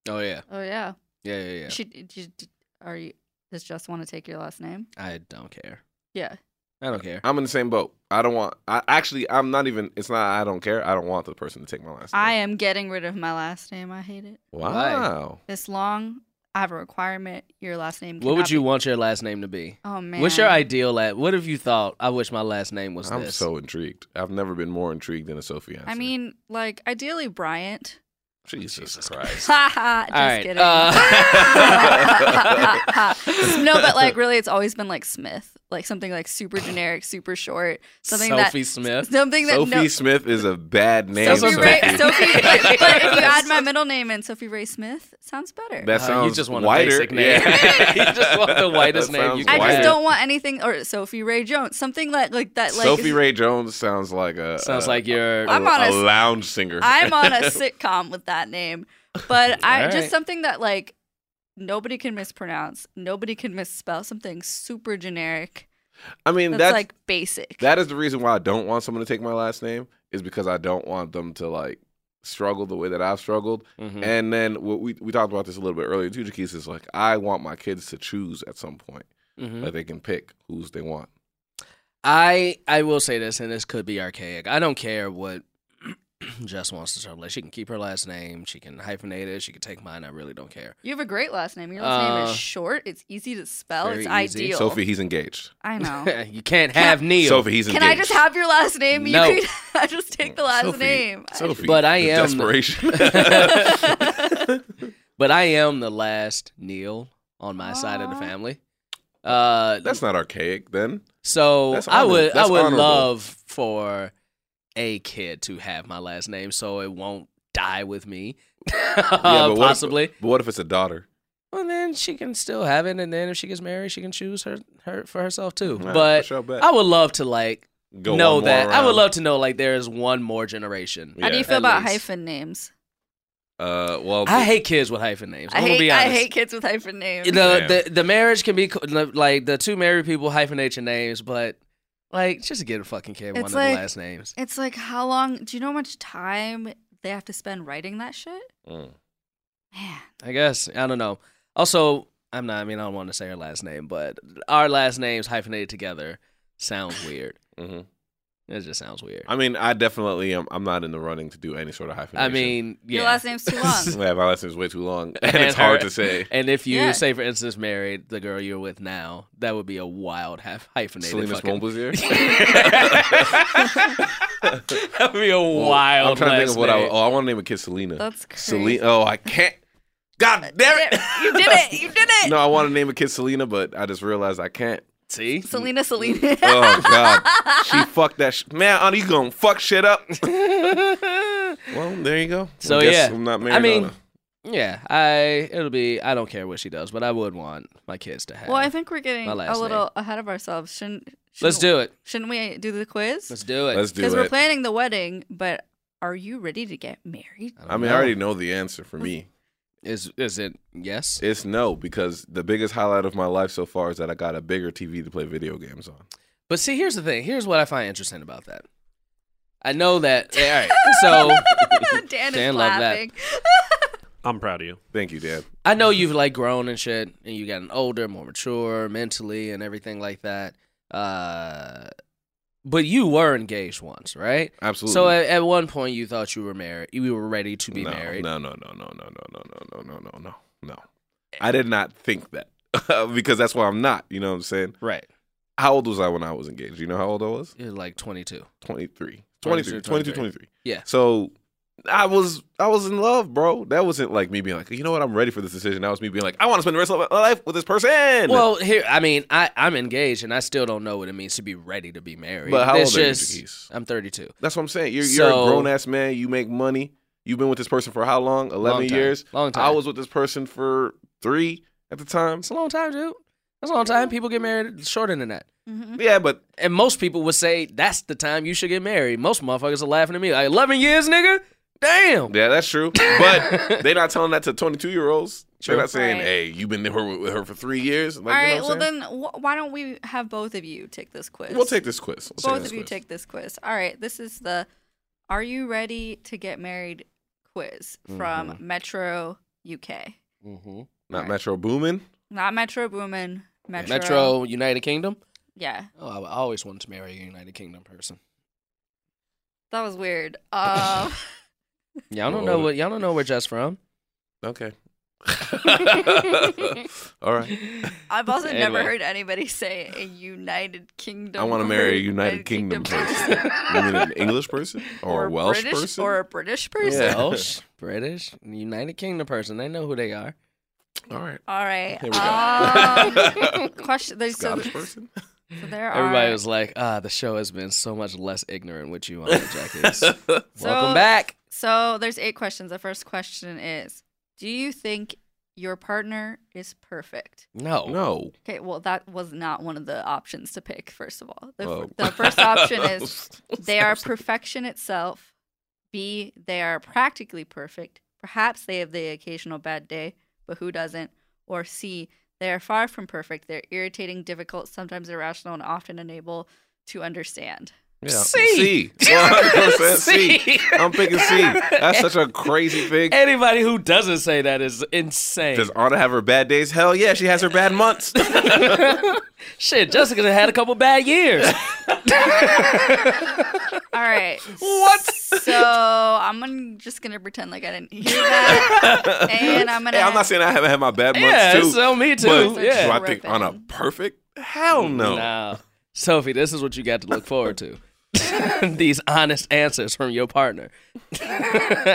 [SPEAKER 4] Oh yeah,
[SPEAKER 5] Oh yeah.
[SPEAKER 4] yeah, yeah, yeah.
[SPEAKER 5] Should, d- d- are you? Does Just want to take your last name?
[SPEAKER 4] I don't care.
[SPEAKER 5] Yeah.
[SPEAKER 4] I don't
[SPEAKER 5] Um,
[SPEAKER 4] care.
[SPEAKER 3] I'm in the same boat. I don't want. I actually, I'm not even. It's not. I don't care. I don't want the person to take my last.
[SPEAKER 5] I
[SPEAKER 3] name.
[SPEAKER 5] am getting rid of my last name. I hate it.
[SPEAKER 3] Wow.
[SPEAKER 5] This long, I have a requirement. Your last name.
[SPEAKER 4] What would
[SPEAKER 5] cannot
[SPEAKER 4] you
[SPEAKER 5] be-
[SPEAKER 4] want your last name to be?
[SPEAKER 5] Oh man.
[SPEAKER 4] What's your ideal? At what have you thought? I wish my last name was
[SPEAKER 3] I'm
[SPEAKER 4] this.
[SPEAKER 3] so intrigued. I've never been more intrigued than a Sophie.
[SPEAKER 5] I
[SPEAKER 3] answer.
[SPEAKER 5] mean, like ideally Bryant.
[SPEAKER 3] Jesus,
[SPEAKER 4] Jesus
[SPEAKER 3] Christ.
[SPEAKER 5] Ha ha. Just
[SPEAKER 4] All right,
[SPEAKER 5] kidding.
[SPEAKER 4] uh,
[SPEAKER 5] no, but like really, it's always been like Smith, like something like super generic, super short, something that
[SPEAKER 4] Sophie Smith.
[SPEAKER 5] something that
[SPEAKER 3] Sophie
[SPEAKER 5] no.
[SPEAKER 3] Smith is a bad name.
[SPEAKER 4] That's
[SPEAKER 5] Sophie
[SPEAKER 4] what
[SPEAKER 5] Ray,
[SPEAKER 4] Sophie-
[SPEAKER 5] Sophie, but, but if you add my middle name in, Sophie Ray Smith, sounds better.
[SPEAKER 3] That
[SPEAKER 4] Uh,
[SPEAKER 3] sounds
[SPEAKER 4] you just want a
[SPEAKER 3] whiter.
[SPEAKER 4] basic name.
[SPEAKER 3] Yeah.
[SPEAKER 4] You just want the whitest
[SPEAKER 3] That
[SPEAKER 4] name
[SPEAKER 3] sounds
[SPEAKER 4] you can.
[SPEAKER 5] I just
[SPEAKER 3] whiter.
[SPEAKER 5] don't want anything or Sophie Ray Jones, something like like that. Like
[SPEAKER 3] Sophie Ray Jones sounds like a
[SPEAKER 4] Sounds
[SPEAKER 3] a-
[SPEAKER 4] like you're.
[SPEAKER 3] a,
[SPEAKER 5] I'm on
[SPEAKER 3] a
[SPEAKER 5] a-
[SPEAKER 3] lounge singer.
[SPEAKER 5] I'm on a sitcom with that name, but I
[SPEAKER 4] All right.
[SPEAKER 5] just something that like nobody can mispronounce, nobody can misspell, something super generic
[SPEAKER 3] I mean,
[SPEAKER 5] that's,
[SPEAKER 3] that's
[SPEAKER 5] like basic.
[SPEAKER 3] That is the reason why I don't want someone to take my last name is because I don't want them to like struggle the way that I've struggled.
[SPEAKER 4] Mhm.
[SPEAKER 3] And then what we we talked about this a little bit earlier too, Jaquise, is like I want my kids to choose at some point
[SPEAKER 4] Mhm.
[SPEAKER 5] Mm-hmm.
[SPEAKER 3] that they can pick who's they want.
[SPEAKER 4] I I will say this, and this could be archaic. I don't care what Jess wants to start. Like she can keep her last name, she can hyphenate it, she can take mine. I really don't care.
[SPEAKER 5] you have a great last name. Your last name
[SPEAKER 4] Uh,
[SPEAKER 5] is short. It's easy to spell.
[SPEAKER 4] very
[SPEAKER 5] It's
[SPEAKER 4] easy.
[SPEAKER 5] ideal.
[SPEAKER 3] Sophie, he's engaged.
[SPEAKER 5] I know.
[SPEAKER 4] you can't have Neil.
[SPEAKER 3] Sophie, he's
[SPEAKER 5] Can
[SPEAKER 3] engaged.
[SPEAKER 5] I just have your last name? You
[SPEAKER 4] No.
[SPEAKER 5] can I just take the last
[SPEAKER 3] Sophie,
[SPEAKER 5] name. I-
[SPEAKER 3] Sophie,
[SPEAKER 4] But I
[SPEAKER 3] the
[SPEAKER 4] am-
[SPEAKER 3] desperation.
[SPEAKER 4] but I am the last Neil on my side of the
[SPEAKER 5] Aw.
[SPEAKER 4] family. Uh,
[SPEAKER 3] That's not archaic then.
[SPEAKER 4] so
[SPEAKER 3] that's
[SPEAKER 4] I
[SPEAKER 3] honor-
[SPEAKER 4] would I
[SPEAKER 3] that's
[SPEAKER 4] would
[SPEAKER 3] honorable.
[SPEAKER 4] love for a kid to have my last name, so it won't die with me.
[SPEAKER 3] Yeah, but what if-
[SPEAKER 4] Uh, possibly.
[SPEAKER 3] But what if it's a daughter?
[SPEAKER 4] Well, then she can still have it, and then if she gets married, she can choose her, her for herself too.
[SPEAKER 3] Nah,
[SPEAKER 4] but
[SPEAKER 3] for sure, bet.
[SPEAKER 4] I would love to like
[SPEAKER 3] Go
[SPEAKER 4] know
[SPEAKER 3] one more
[SPEAKER 4] that. I would
[SPEAKER 3] round.
[SPEAKER 4] love to know like there is one more generation.
[SPEAKER 5] How do
[SPEAKER 3] Yeah.
[SPEAKER 5] you feel
[SPEAKER 4] At
[SPEAKER 5] about
[SPEAKER 4] least.
[SPEAKER 5] hyphen names?
[SPEAKER 3] Uh, well,
[SPEAKER 4] I hate kids with hyphen names.
[SPEAKER 5] I
[SPEAKER 4] I'm gonna
[SPEAKER 5] hate
[SPEAKER 4] be
[SPEAKER 5] I
[SPEAKER 4] honest.
[SPEAKER 5] hate kids with hyphen names.
[SPEAKER 4] the, the the marriage can be co- like the two married people hyphenate your names, but like just get a fucking kid with one
[SPEAKER 5] It's
[SPEAKER 4] of
[SPEAKER 5] like-
[SPEAKER 4] the last names.
[SPEAKER 5] It's like how long? Do you know how much time they have to spend writing that shit?
[SPEAKER 3] Mm.
[SPEAKER 5] Man,
[SPEAKER 4] I guess I don't know. Also, I'm not. I mean, I don't want to say her last name, but our last names hyphenated together sound weird.
[SPEAKER 3] Mhm.
[SPEAKER 4] It just sounds weird.
[SPEAKER 3] I mean, I definitely am. I'm not in the running to do any sort of hyphenation.
[SPEAKER 4] I mean, yeah.
[SPEAKER 5] Your last name's too long.
[SPEAKER 3] yeah, my last name's way too long, and,
[SPEAKER 4] And
[SPEAKER 3] it's hard
[SPEAKER 4] her-
[SPEAKER 3] to say.
[SPEAKER 4] And if you
[SPEAKER 5] Yeah.
[SPEAKER 4] say, for instance, married the girl you're with now, that would be a wild half hyphenated.
[SPEAKER 3] Selena
[SPEAKER 4] fucking...
[SPEAKER 3] Smomblazier.
[SPEAKER 4] That'd be a wild.
[SPEAKER 3] I'm trying to think of what I.
[SPEAKER 4] last name.
[SPEAKER 3] Oh, I want to name a kid Selena.
[SPEAKER 5] That's crazy.
[SPEAKER 3] Selena. Oh, I can't. God damn it!
[SPEAKER 5] You did it. You did it.
[SPEAKER 3] no, I want to name a kid Selena, but I just realized I can't.
[SPEAKER 4] See,
[SPEAKER 5] Selena, Selena.
[SPEAKER 3] Oh God, she fucked that. Sh- Man, aren't you gonna fuck shit up? well, there you go.
[SPEAKER 4] So,
[SPEAKER 3] I guess
[SPEAKER 4] yeah.
[SPEAKER 3] I'm not married.
[SPEAKER 4] I mean,
[SPEAKER 3] Anna.
[SPEAKER 4] yeah, I it'll be. I don't care what she does, but I would want my kids to have.
[SPEAKER 5] Well, I think we're getting
[SPEAKER 4] My
[SPEAKER 5] a
[SPEAKER 4] last
[SPEAKER 5] little ahead of ourselves. Shouldn't, shouldn't
[SPEAKER 4] let's do it.
[SPEAKER 5] Shouldn't we do the quiz?
[SPEAKER 4] Let's do it.
[SPEAKER 3] let's do
[SPEAKER 5] Because we're
[SPEAKER 3] it.
[SPEAKER 5] planning the wedding, but are you ready to get married?
[SPEAKER 3] I mean, I already know the answer for me.
[SPEAKER 4] Is is it yes?
[SPEAKER 3] It's no because the biggest highlight of my life so far is that I got a bigger TV to play video games on.
[SPEAKER 4] But see, here's the thing. Here's what I find interesting about that. I know that. All right. So
[SPEAKER 5] Dan,
[SPEAKER 4] Dan
[SPEAKER 5] is
[SPEAKER 4] loved that.
[SPEAKER 5] laughing.
[SPEAKER 6] I'm proud of you.
[SPEAKER 3] Thank you, Dad.
[SPEAKER 4] I know you've like grown and shit, and you've gotten older, more mature mentally, and everything like that. Uh, but you were engaged once, right?
[SPEAKER 3] Absolutely.
[SPEAKER 4] So at, at one point, you thought you were married. You were ready to be
[SPEAKER 3] no,
[SPEAKER 4] married.
[SPEAKER 3] No, no, no, no, no, no, no, no, no, no, no, no, no. I did not think that because that's why I'm not. You know what I'm saying?
[SPEAKER 4] Right.
[SPEAKER 3] How old was I when I was engaged? You know how old I was?
[SPEAKER 4] You're like 22.
[SPEAKER 3] 23.
[SPEAKER 4] 22,
[SPEAKER 3] 23. 22,
[SPEAKER 4] 23.
[SPEAKER 3] 23.
[SPEAKER 4] Yeah.
[SPEAKER 3] So I was I was in love, bro. That wasn't like me being like, you know what, I'm ready for this decision. That was me being like, I want to spend the rest of my life with this person.
[SPEAKER 4] Well, here, I mean, I, I'm engaged, and I still don't know what it means to be ready to be married.
[SPEAKER 3] But how
[SPEAKER 4] It's
[SPEAKER 3] old are you,
[SPEAKER 4] just-
[SPEAKER 3] Jaquise?
[SPEAKER 4] I'm 32.
[SPEAKER 3] That's what I'm saying. You're, you're
[SPEAKER 4] So-
[SPEAKER 3] a grown ass man. You make money. You've been with this person for how long? Eleven
[SPEAKER 4] Long time.
[SPEAKER 3] years.
[SPEAKER 4] Long time.
[SPEAKER 3] I was with this person for three at the time.
[SPEAKER 4] It's a long time, dude. That's a long time. People get married shorter than that.
[SPEAKER 5] Mm-hmm.
[SPEAKER 3] Yeah, but
[SPEAKER 4] And most people would say that's the time you should get married. Most motherfuckers are laughing at me. Like, 11 years, nigga? Damn.
[SPEAKER 3] yeah, that's true. But they're not telling that to 22 year olds.
[SPEAKER 4] True.
[SPEAKER 3] They're not saying,
[SPEAKER 5] Right.
[SPEAKER 3] "Hey, you've been with her, with her for three years." Like,
[SPEAKER 5] All right.
[SPEAKER 3] you know what
[SPEAKER 5] well,
[SPEAKER 3] I'm saying?
[SPEAKER 5] then wh- why don't we have both of you take this quiz?
[SPEAKER 3] we'll take this quiz. We'll take
[SPEAKER 5] both
[SPEAKER 3] this
[SPEAKER 5] of you
[SPEAKER 3] quiz.
[SPEAKER 5] take this quiz. All right. This is the "Are you ready to get married?" quiz from
[SPEAKER 3] Mm-hmm.
[SPEAKER 5] Metro UK.
[SPEAKER 4] Mm-hmm.
[SPEAKER 3] not Metro Boomin.
[SPEAKER 5] Not Metro Boomin. Metro.
[SPEAKER 4] Metro, United Kingdom.
[SPEAKER 5] Yeah,
[SPEAKER 4] Oh, I I always wanted to marry a United Kingdom person.
[SPEAKER 5] that was weird. Uh,
[SPEAKER 4] Y'all don't know
[SPEAKER 3] Lord.
[SPEAKER 4] what y'all don't know where Jess from.
[SPEAKER 3] Okay. All right.
[SPEAKER 5] I've also never
[SPEAKER 4] Anyway.
[SPEAKER 5] heard anybody say a United Kingdom.
[SPEAKER 3] I want to
[SPEAKER 5] or
[SPEAKER 3] marry a United Kingdom person. you mean an English person or, a Welsh
[SPEAKER 5] British,
[SPEAKER 3] person?
[SPEAKER 5] or a British person.
[SPEAKER 3] Yeah.
[SPEAKER 4] Welsh, British, United Kingdom person. They know who they are.
[SPEAKER 3] All right.
[SPEAKER 5] All right.
[SPEAKER 3] Here we go.
[SPEAKER 5] Um, question. There's, so,
[SPEAKER 3] Scottish person.
[SPEAKER 5] so there are.
[SPEAKER 4] Everybody was like, ah, the show has been so much less ignorant with you on it, Jackass.
[SPEAKER 5] so,
[SPEAKER 4] Welcome back.
[SPEAKER 5] So there's eight questions. The first question is: Do you think your partner is perfect?
[SPEAKER 4] No.
[SPEAKER 3] No.
[SPEAKER 5] Okay. Well, that was not one of the options to pick. First of all, the, f-
[SPEAKER 3] Oh.
[SPEAKER 5] the first option is They are perfection itself. B, they are practically perfect. Perhaps they have the occasional bad day, but who doesn't? Or C, they are far from perfect. They're irritating, difficult, sometimes irrational, and often unable to understand.
[SPEAKER 3] Yeah.
[SPEAKER 4] C.
[SPEAKER 3] C. Well, you know what I'm saying? C.
[SPEAKER 4] See?
[SPEAKER 3] I'm picking C. That's such a crazy thing.
[SPEAKER 4] Anybody who doesn't say that is insane.
[SPEAKER 3] Does Anna have her bad days? Hell yeah, she has her bad months.
[SPEAKER 4] Shit, Jessica done had a couple bad years.
[SPEAKER 5] All right. what? So I'm gonna, just going to pretend like I didn't hear that. and I'm going to.
[SPEAKER 3] Hey, I'm not saying I haven't had my bad months
[SPEAKER 4] yeah,
[SPEAKER 3] too.
[SPEAKER 4] so me too.
[SPEAKER 3] but do
[SPEAKER 4] yeah.
[SPEAKER 3] I think
[SPEAKER 5] Terrific.
[SPEAKER 3] Anna perfect? Hell no.
[SPEAKER 4] Nah. Sophie, this is what you got to look forward to. These honest answers from your partner. All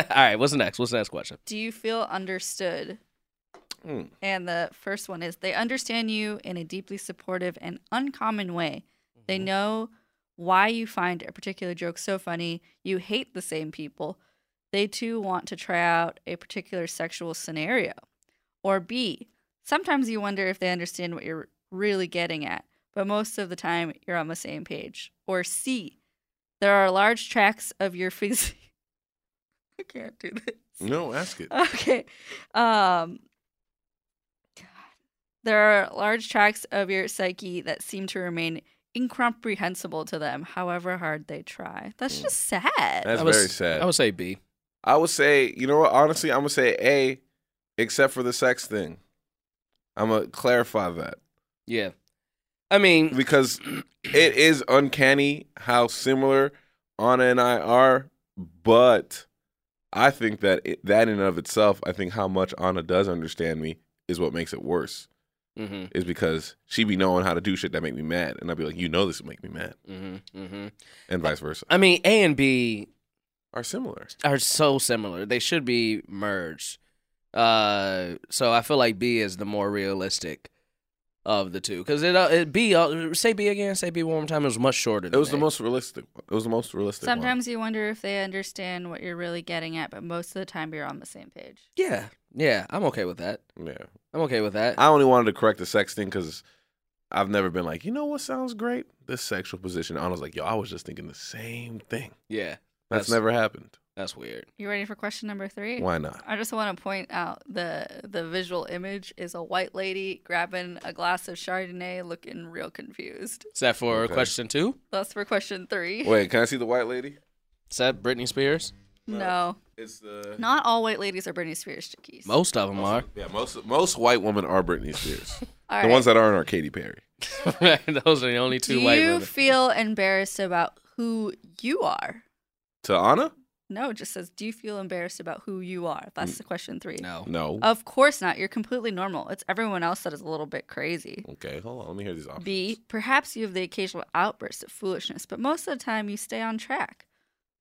[SPEAKER 4] right, what's the next? What's the next question?
[SPEAKER 5] Do you feel understood?
[SPEAKER 3] Hmm.
[SPEAKER 5] And the first one is they understand you in a deeply supportive and uncommon way. They
[SPEAKER 3] Mm-hmm.
[SPEAKER 5] know why you find a particular joke so funny. You hate the same people. They too want to try out a particular sexual scenario. Or B, sometimes you wonder if they understand what you're really getting at, but most of the time you're on the same page. Or C, there are large tracts of your physique. I can't do this.
[SPEAKER 3] No, ask
[SPEAKER 4] Uh,
[SPEAKER 3] it.
[SPEAKER 5] Okay. Um, God. there are large tracts of your psyche that seem to remain incomprehensible to them, however hard they try. That's just sad.
[SPEAKER 3] That's
[SPEAKER 4] I would-
[SPEAKER 3] very sad.
[SPEAKER 4] I would say B.
[SPEAKER 3] I would say, you know what? Honestly, I'm gonna say A, except for the sex thing. I'm gonna clarify that.
[SPEAKER 4] Yeah. I mean,
[SPEAKER 3] because it is uncanny how similar Anna and I are, but I think that it, that in and of itself, I think how much Anna does understand me is what makes it worse.
[SPEAKER 4] hmm
[SPEAKER 3] Is because she be knowing how to do shit that make me mad, and I'll be like, you know, this will make me mad,
[SPEAKER 4] hmm hmm
[SPEAKER 3] and vice versa.
[SPEAKER 4] I mean, A and B
[SPEAKER 3] Are similar.
[SPEAKER 4] are so similar. They should be merged. Uh, so I feel like B is the more realistic of the two because it, uh, it B uh, say B again, say B one more time. It was much shorter.
[SPEAKER 3] It
[SPEAKER 4] Than
[SPEAKER 3] was the
[SPEAKER 4] A.
[SPEAKER 3] most realistic. one. It was the most realistic. one.
[SPEAKER 5] Sometimes you wonder if they understand what you're really getting at, but most of the time you're on the same page.
[SPEAKER 4] Yeah, yeah. I'm okay with that.
[SPEAKER 3] yeah.
[SPEAKER 4] I'm okay with that.
[SPEAKER 3] I only wanted to correct the sex thing because I've never been like, you know what sounds great? This sexual position. And I was like, yo, I was just thinking the same thing.
[SPEAKER 4] yeah,
[SPEAKER 3] That's,
[SPEAKER 4] That's-
[SPEAKER 3] never happened.
[SPEAKER 4] that's weird.
[SPEAKER 5] You ready for question number three?
[SPEAKER 3] Why not?
[SPEAKER 5] I just want to point out the the visual image is a white lady grabbing a glass of Chardonnay, looking real confused.
[SPEAKER 4] Is that for
[SPEAKER 3] Okay.
[SPEAKER 4] question two?
[SPEAKER 5] That's for question three.
[SPEAKER 3] Wait, can I see the white lady?
[SPEAKER 4] Is that Britney Spears?
[SPEAKER 5] No,
[SPEAKER 3] It's the
[SPEAKER 5] not all white ladies are Britney Spears. Jaquise.
[SPEAKER 4] Most of them are.
[SPEAKER 3] yeah. Most most white women are Britney Spears.
[SPEAKER 5] All
[SPEAKER 3] the
[SPEAKER 5] right.
[SPEAKER 3] ones that aren't are Katy Perry.
[SPEAKER 4] Those are the only two
[SPEAKER 5] Do
[SPEAKER 4] white
[SPEAKER 5] you
[SPEAKER 4] women.
[SPEAKER 5] feel embarrassed about who you are?
[SPEAKER 3] To Anna?
[SPEAKER 5] No, it just says, do you feel embarrassed about who you are? That's the question three.
[SPEAKER 4] Mm. no.
[SPEAKER 3] No.
[SPEAKER 5] Of course not. You're completely normal. It's everyone else that is a little bit crazy.
[SPEAKER 3] okay, hold on. Let me hear these options.
[SPEAKER 5] B, perhaps you have the occasional outburst of foolishness, but most of the time you stay on track.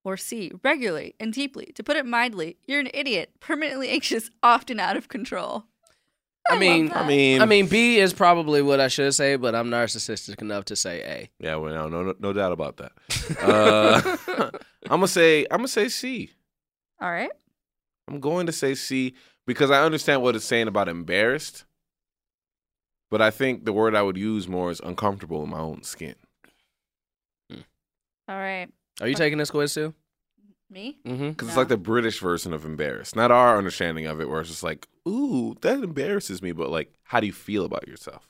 [SPEAKER 5] Or C, regularly and deeply. To put it mildly, you're an idiot, permanently anxious, often out of control.
[SPEAKER 4] I,
[SPEAKER 5] love
[SPEAKER 4] mean,
[SPEAKER 5] that.
[SPEAKER 3] I mean,
[SPEAKER 4] I mean, B is probably what I should say, but I'm narcissistic enough to say A.
[SPEAKER 3] yeah, well, no, no, no doubt about that. Uh, I'm gonna say, I'm gonna say C.
[SPEAKER 5] All right.
[SPEAKER 3] I'm going to say C because I understand what it's saying about embarrassed, but I think the word I would use more is uncomfortable in my own skin.
[SPEAKER 5] All right.
[SPEAKER 4] Are you taking this quiz too?
[SPEAKER 5] Me?
[SPEAKER 4] Mm-hmm.
[SPEAKER 3] Because it's
[SPEAKER 5] Yeah.
[SPEAKER 3] like the British version of embarrassed, not our understanding of it, where it's just like, ooh, that embarrasses me, but like, how do you feel about yourself?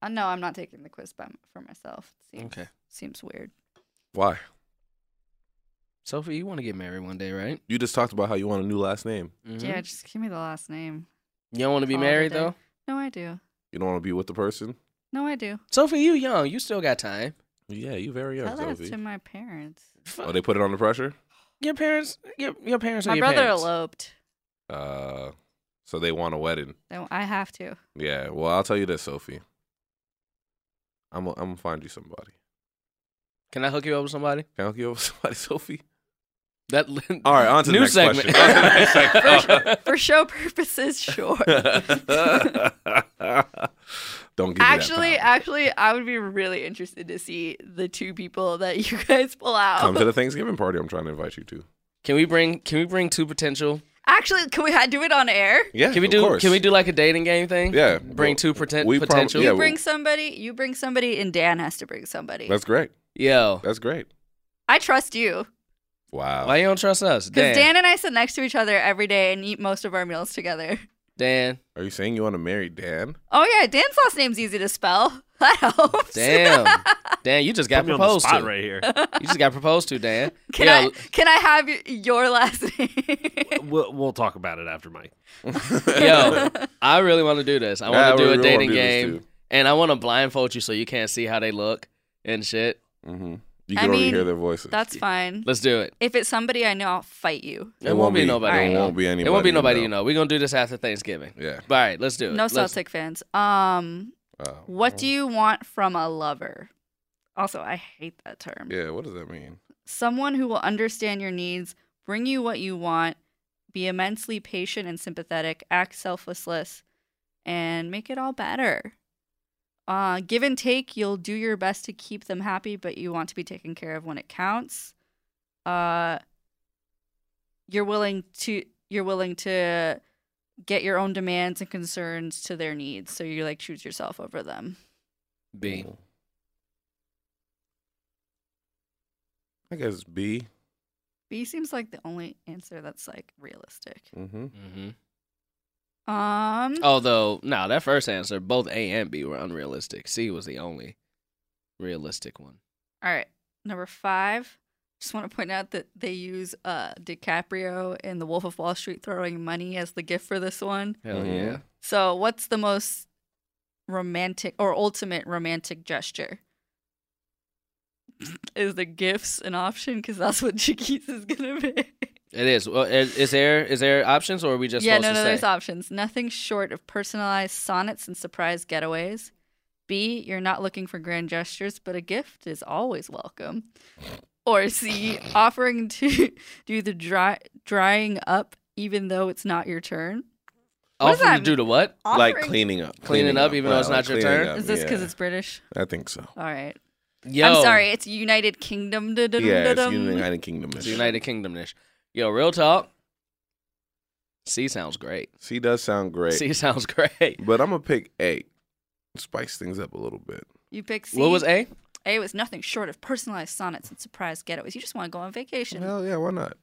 [SPEAKER 5] Uh, no, I'm not taking the quiz by, for myself. Seems,
[SPEAKER 4] Okay.
[SPEAKER 5] Seems weird.
[SPEAKER 3] Why?
[SPEAKER 4] Sophie, you want to get married one day, right?
[SPEAKER 3] You just talked about how you want a new last name.
[SPEAKER 4] Mhm.
[SPEAKER 5] Yeah, just give me the last name.
[SPEAKER 4] You don't want to be
[SPEAKER 5] Call it a
[SPEAKER 4] married
[SPEAKER 5] day.
[SPEAKER 4] though.
[SPEAKER 5] No, I do.
[SPEAKER 3] You don't want to be with the person?
[SPEAKER 5] No, I do.
[SPEAKER 4] Sophie, you young. You still got time.
[SPEAKER 3] Yeah, you very
[SPEAKER 5] I
[SPEAKER 3] young,
[SPEAKER 5] left to
[SPEAKER 3] Sophie.
[SPEAKER 5] my parents.
[SPEAKER 4] Fuck.
[SPEAKER 3] Oh, they put it on the pressure?
[SPEAKER 4] Your parents, your, your parents, are
[SPEAKER 5] my
[SPEAKER 4] your
[SPEAKER 5] brother
[SPEAKER 4] parents.
[SPEAKER 5] eloped.
[SPEAKER 3] Uh, so they want a wedding.
[SPEAKER 5] So I have to.
[SPEAKER 3] Yeah, well, I'll tell you this, Sophie. I'm going to find you somebody.
[SPEAKER 4] Can I hook you up with somebody?
[SPEAKER 3] Can I hook you up with somebody, Sophie?
[SPEAKER 4] That
[SPEAKER 3] All right, on to the
[SPEAKER 4] new
[SPEAKER 3] next
[SPEAKER 4] segment.
[SPEAKER 3] question. On to the next
[SPEAKER 5] For show purposes, sure.
[SPEAKER 3] Don't give me that
[SPEAKER 5] actually,
[SPEAKER 3] power.
[SPEAKER 5] actually, I would be really interested to see the two people that you guys pull
[SPEAKER 3] come to
[SPEAKER 5] out.
[SPEAKER 3] the Thanksgiving party. I'm trying to invite you to.
[SPEAKER 4] can we bring? Can we bring two potential?
[SPEAKER 5] Actually, can we ha- do it on air?
[SPEAKER 3] Yeah,
[SPEAKER 4] Can we
[SPEAKER 3] of
[SPEAKER 4] do?
[SPEAKER 3] course.
[SPEAKER 4] Can we do like a dating game thing?
[SPEAKER 3] Yeah,
[SPEAKER 4] Bring two pretend
[SPEAKER 3] we prob-
[SPEAKER 4] potential.
[SPEAKER 3] yeah,
[SPEAKER 5] you
[SPEAKER 3] well-
[SPEAKER 5] bring somebody, you bring somebody, and Dan has to bring somebody.
[SPEAKER 3] That's great.
[SPEAKER 4] Yo,
[SPEAKER 3] That's great.
[SPEAKER 5] I trust you
[SPEAKER 3] Wow.
[SPEAKER 4] why you don't trust us? Dan.
[SPEAKER 5] because Dan and I sit next to each other every day and eat most of our meals together.
[SPEAKER 4] Dan.
[SPEAKER 3] Are you saying you want to marry Dan?
[SPEAKER 5] Oh yeah, Dan's last name's easy to spell. That helps.
[SPEAKER 4] Damn. Dan, you just got
[SPEAKER 6] Put me on the
[SPEAKER 4] proposed
[SPEAKER 6] spot
[SPEAKER 4] to.
[SPEAKER 6] right here.
[SPEAKER 4] You just got proposed to, Dan.
[SPEAKER 5] Can
[SPEAKER 4] Yo,
[SPEAKER 5] I can I have y- your last name?
[SPEAKER 6] we'll, we'll talk about it after Mike.
[SPEAKER 4] Yo, I really want to do this. I want
[SPEAKER 3] Yeah, I
[SPEAKER 4] to do
[SPEAKER 3] really
[SPEAKER 4] a
[SPEAKER 3] wanna
[SPEAKER 4] dating
[SPEAKER 3] do this
[SPEAKER 4] game,
[SPEAKER 3] too.
[SPEAKER 4] and I want to blindfold you so you can't see how they look and shit.
[SPEAKER 3] Mm-hmm. You
[SPEAKER 5] I
[SPEAKER 3] can already
[SPEAKER 5] mean,
[SPEAKER 3] hear their voices.
[SPEAKER 5] That's fine.
[SPEAKER 4] Let's do it.
[SPEAKER 5] If it's somebody I know, I'll fight you.
[SPEAKER 4] It, won't be, nobody. you
[SPEAKER 5] Alright.
[SPEAKER 3] It
[SPEAKER 4] know.
[SPEAKER 3] won't be anybody.
[SPEAKER 4] It won't be
[SPEAKER 3] you
[SPEAKER 4] nobody you know. We're gonna do this after Thanksgiving.
[SPEAKER 3] Yeah.
[SPEAKER 4] All right, let's do it.
[SPEAKER 5] No
[SPEAKER 4] Let's-
[SPEAKER 5] Celtic fans. Um,
[SPEAKER 3] Uh,
[SPEAKER 5] what do you want from a lover? Also, I hate that term.
[SPEAKER 3] Yeah. What does that mean?
[SPEAKER 5] Someone who will understand your needs, bring you what you want, be immensely patient and sympathetic, act selfless, and make it all better. Uh, give and take. You'll do your best to keep them happy, but you want to be taken care of when it counts. Uh, you're willing to you're willing to get your own demands and concerns to their needs, so you like choose yourself over them.
[SPEAKER 4] B.
[SPEAKER 3] Mm. I guess B.
[SPEAKER 5] B seems like the only answer that's like realistic.
[SPEAKER 3] Mm-hmm.
[SPEAKER 4] hmm
[SPEAKER 5] Um.
[SPEAKER 4] Although, no, that first answer, both A and B were unrealistic. C was the only realistic one.
[SPEAKER 5] All right. Number five. Just want to point out that they use uh, DiCaprio in The Wolf of Wall Street throwing money as the gift for this one.
[SPEAKER 4] Hell
[SPEAKER 3] Mhm.
[SPEAKER 4] yeah.
[SPEAKER 5] So, what's the most romantic or ultimate romantic gesture. Is the gifts an option? Because that's what Jaquise is gonna be.
[SPEAKER 4] It is. Well, is, is there is there options, or are we just
[SPEAKER 5] yeah,
[SPEAKER 4] supposed
[SPEAKER 5] no, no,
[SPEAKER 4] to
[SPEAKER 5] there's
[SPEAKER 4] say?
[SPEAKER 5] options. Nothing short of personalized sonnets and surprise getaways. B, you're not looking for grand gestures, but a gift is always welcome. Or C, offering to do the dry, drying up even though it's not your turn. What does
[SPEAKER 4] Offering to
[SPEAKER 5] that
[SPEAKER 4] do the what?
[SPEAKER 3] like
[SPEAKER 5] Offering-
[SPEAKER 3] cleaning up,
[SPEAKER 4] Cleaning up, even though it's not your
[SPEAKER 3] cleaning
[SPEAKER 4] turn?
[SPEAKER 3] up,
[SPEAKER 5] Is this because
[SPEAKER 3] yeah.
[SPEAKER 5] it's British?
[SPEAKER 3] I think so.
[SPEAKER 5] All right.
[SPEAKER 4] Yo,
[SPEAKER 5] I'm sorry, it's United Kingdom. da-dum,
[SPEAKER 3] Yeah, it's
[SPEAKER 5] da-dum.
[SPEAKER 3] United Kingdom.
[SPEAKER 4] It's United Kingdom ish. Yo, real talk. C sounds great.
[SPEAKER 3] C does sound great,
[SPEAKER 4] C sounds great.
[SPEAKER 3] but I'm gonna pick A. Spice things up a little bit.
[SPEAKER 5] You pick C.
[SPEAKER 4] What was A?
[SPEAKER 5] A was nothing short of personalized sonnets and surprise getaways. You just want to go on vacation.
[SPEAKER 3] Hell yeah, why not?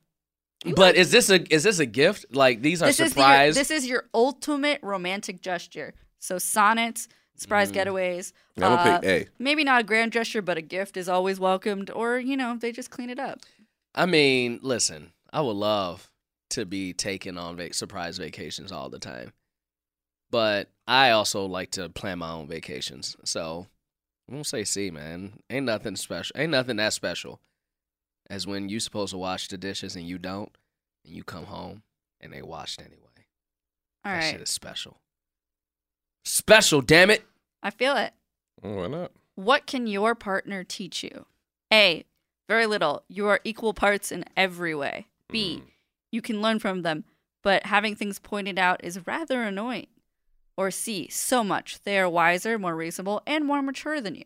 [SPEAKER 5] You
[SPEAKER 4] But
[SPEAKER 5] like-
[SPEAKER 4] is this a is this a gift? Like these are
[SPEAKER 5] this
[SPEAKER 4] surprise.
[SPEAKER 5] Is your, this is your ultimate romantic gesture. So sonnets,
[SPEAKER 4] Mm.
[SPEAKER 5] surprise getaways.
[SPEAKER 3] I'm gonna
[SPEAKER 5] uh,
[SPEAKER 3] pick
[SPEAKER 5] Maybe not a grand gesture, but a gift is always welcomed. Or you know, they just clean it up.
[SPEAKER 4] I mean, listen, I would love to be taken on va- surprise vacations all the time, but I also like to plan my own vacations. So I'm gonna say C, man. Ain't nothing special. Ain't nothing that special as when you supposed to wash the dishes and you don't, and you come home and they washed anyway.
[SPEAKER 5] All
[SPEAKER 4] that
[SPEAKER 5] right,
[SPEAKER 4] shit is special. Special, damn it.
[SPEAKER 5] I feel it.
[SPEAKER 4] Uh,
[SPEAKER 3] A. Why not?
[SPEAKER 5] What can your partner teach you? A. Very little. You are equal parts in every way. B.
[SPEAKER 4] Mm.
[SPEAKER 5] You can learn from them, but having things pointed out is rather annoying. Or C. So much. They are wiser, more reasonable, and more mature than you.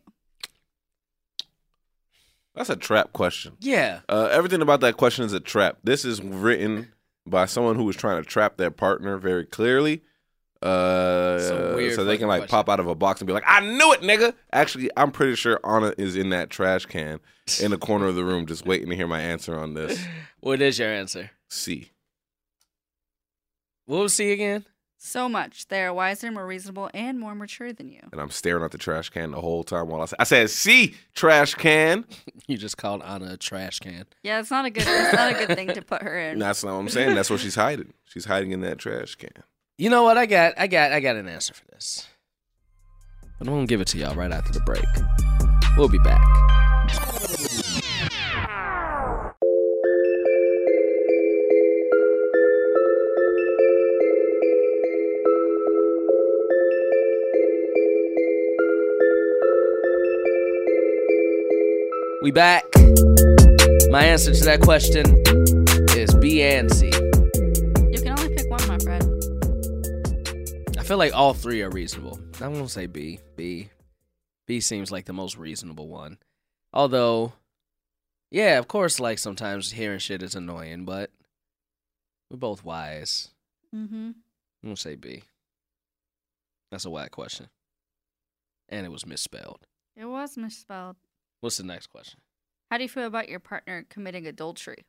[SPEAKER 3] That's a trap question.
[SPEAKER 4] Yeah.
[SPEAKER 3] Uh, everything about that question is a trap. This is written by someone who was trying to trap their partner very clearly.
[SPEAKER 4] a
[SPEAKER 3] Uh,
[SPEAKER 4] weird
[SPEAKER 3] so they
[SPEAKER 4] fucking
[SPEAKER 3] can like
[SPEAKER 4] question.
[SPEAKER 3] pop out of a box and be like, "I knew it, nigga." Actually, I'm pretty sure Anna is in that trash can in the corner of the room, just waiting to hear my answer on this.
[SPEAKER 4] What is your answer?
[SPEAKER 3] C.
[SPEAKER 4] What was C again?
[SPEAKER 5] So much. They are wiser, more reasonable, and more mature than you.
[SPEAKER 3] And I'm staring at the trash can the whole time while I say, "I said C, trash can."
[SPEAKER 4] You just called Anna a trash can.
[SPEAKER 5] Yeah, it's not a good. It's not a good thing to put her in.
[SPEAKER 3] That's not what I'm saying. That's what she's hiding. She's hiding in that trash can.
[SPEAKER 4] You know what? I got, I got, I got an answer for this. But I'm gonna give it to y'all right after the break. We'll be back. We back. My answer to that question is B and C.
[SPEAKER 5] You can only pick one, my friend.
[SPEAKER 4] I feel like all three are reasonable. I'm gonna say B. B. B seems like the most reasonable one. Although, yeah, of course, like sometimes hearing shit is annoying, but we're both wise.
[SPEAKER 5] Mm-hmm.
[SPEAKER 4] I'm gonna say B. That's a whack question, and it was misspelled.
[SPEAKER 5] It was misspelled.
[SPEAKER 4] What's the next question?
[SPEAKER 5] How do you feel about your partner committing adultery?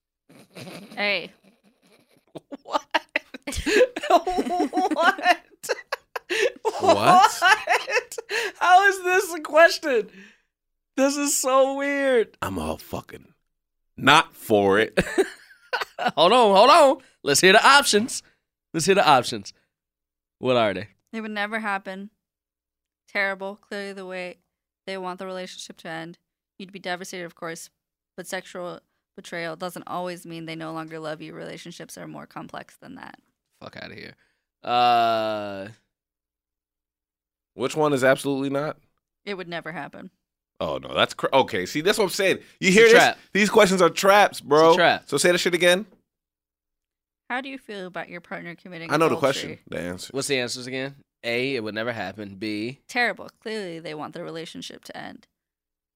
[SPEAKER 5] A.
[SPEAKER 4] What? what? What? How is this a question? This is so weird.
[SPEAKER 3] I'm all fucking not for it.
[SPEAKER 4] hold on, hold on. Let's hear the options. Let's hear the options. What are they?
[SPEAKER 5] It would never happen. Terrible. Clearly, the way they want the relationship to end. You'd be devastated, of course, but sexual betrayal doesn't always mean they no longer love you. Relationships are more complex than that.
[SPEAKER 4] Fuck out of here. Uh,
[SPEAKER 3] Which one is absolutely not?
[SPEAKER 5] It would never happen.
[SPEAKER 3] Oh no, that's cr- okay. See, that's what I'm saying. You hear
[SPEAKER 4] a
[SPEAKER 3] this?
[SPEAKER 4] trap.
[SPEAKER 3] These questions are traps, bro.
[SPEAKER 4] trap.
[SPEAKER 3] So say that shit again.
[SPEAKER 5] How do you feel about your partner committing?
[SPEAKER 3] I know the question,
[SPEAKER 5] adultery?
[SPEAKER 3] the answer.
[SPEAKER 4] what's the answers again? A, it would never happen. B,
[SPEAKER 5] terrible. Clearly, they want their relationship to end.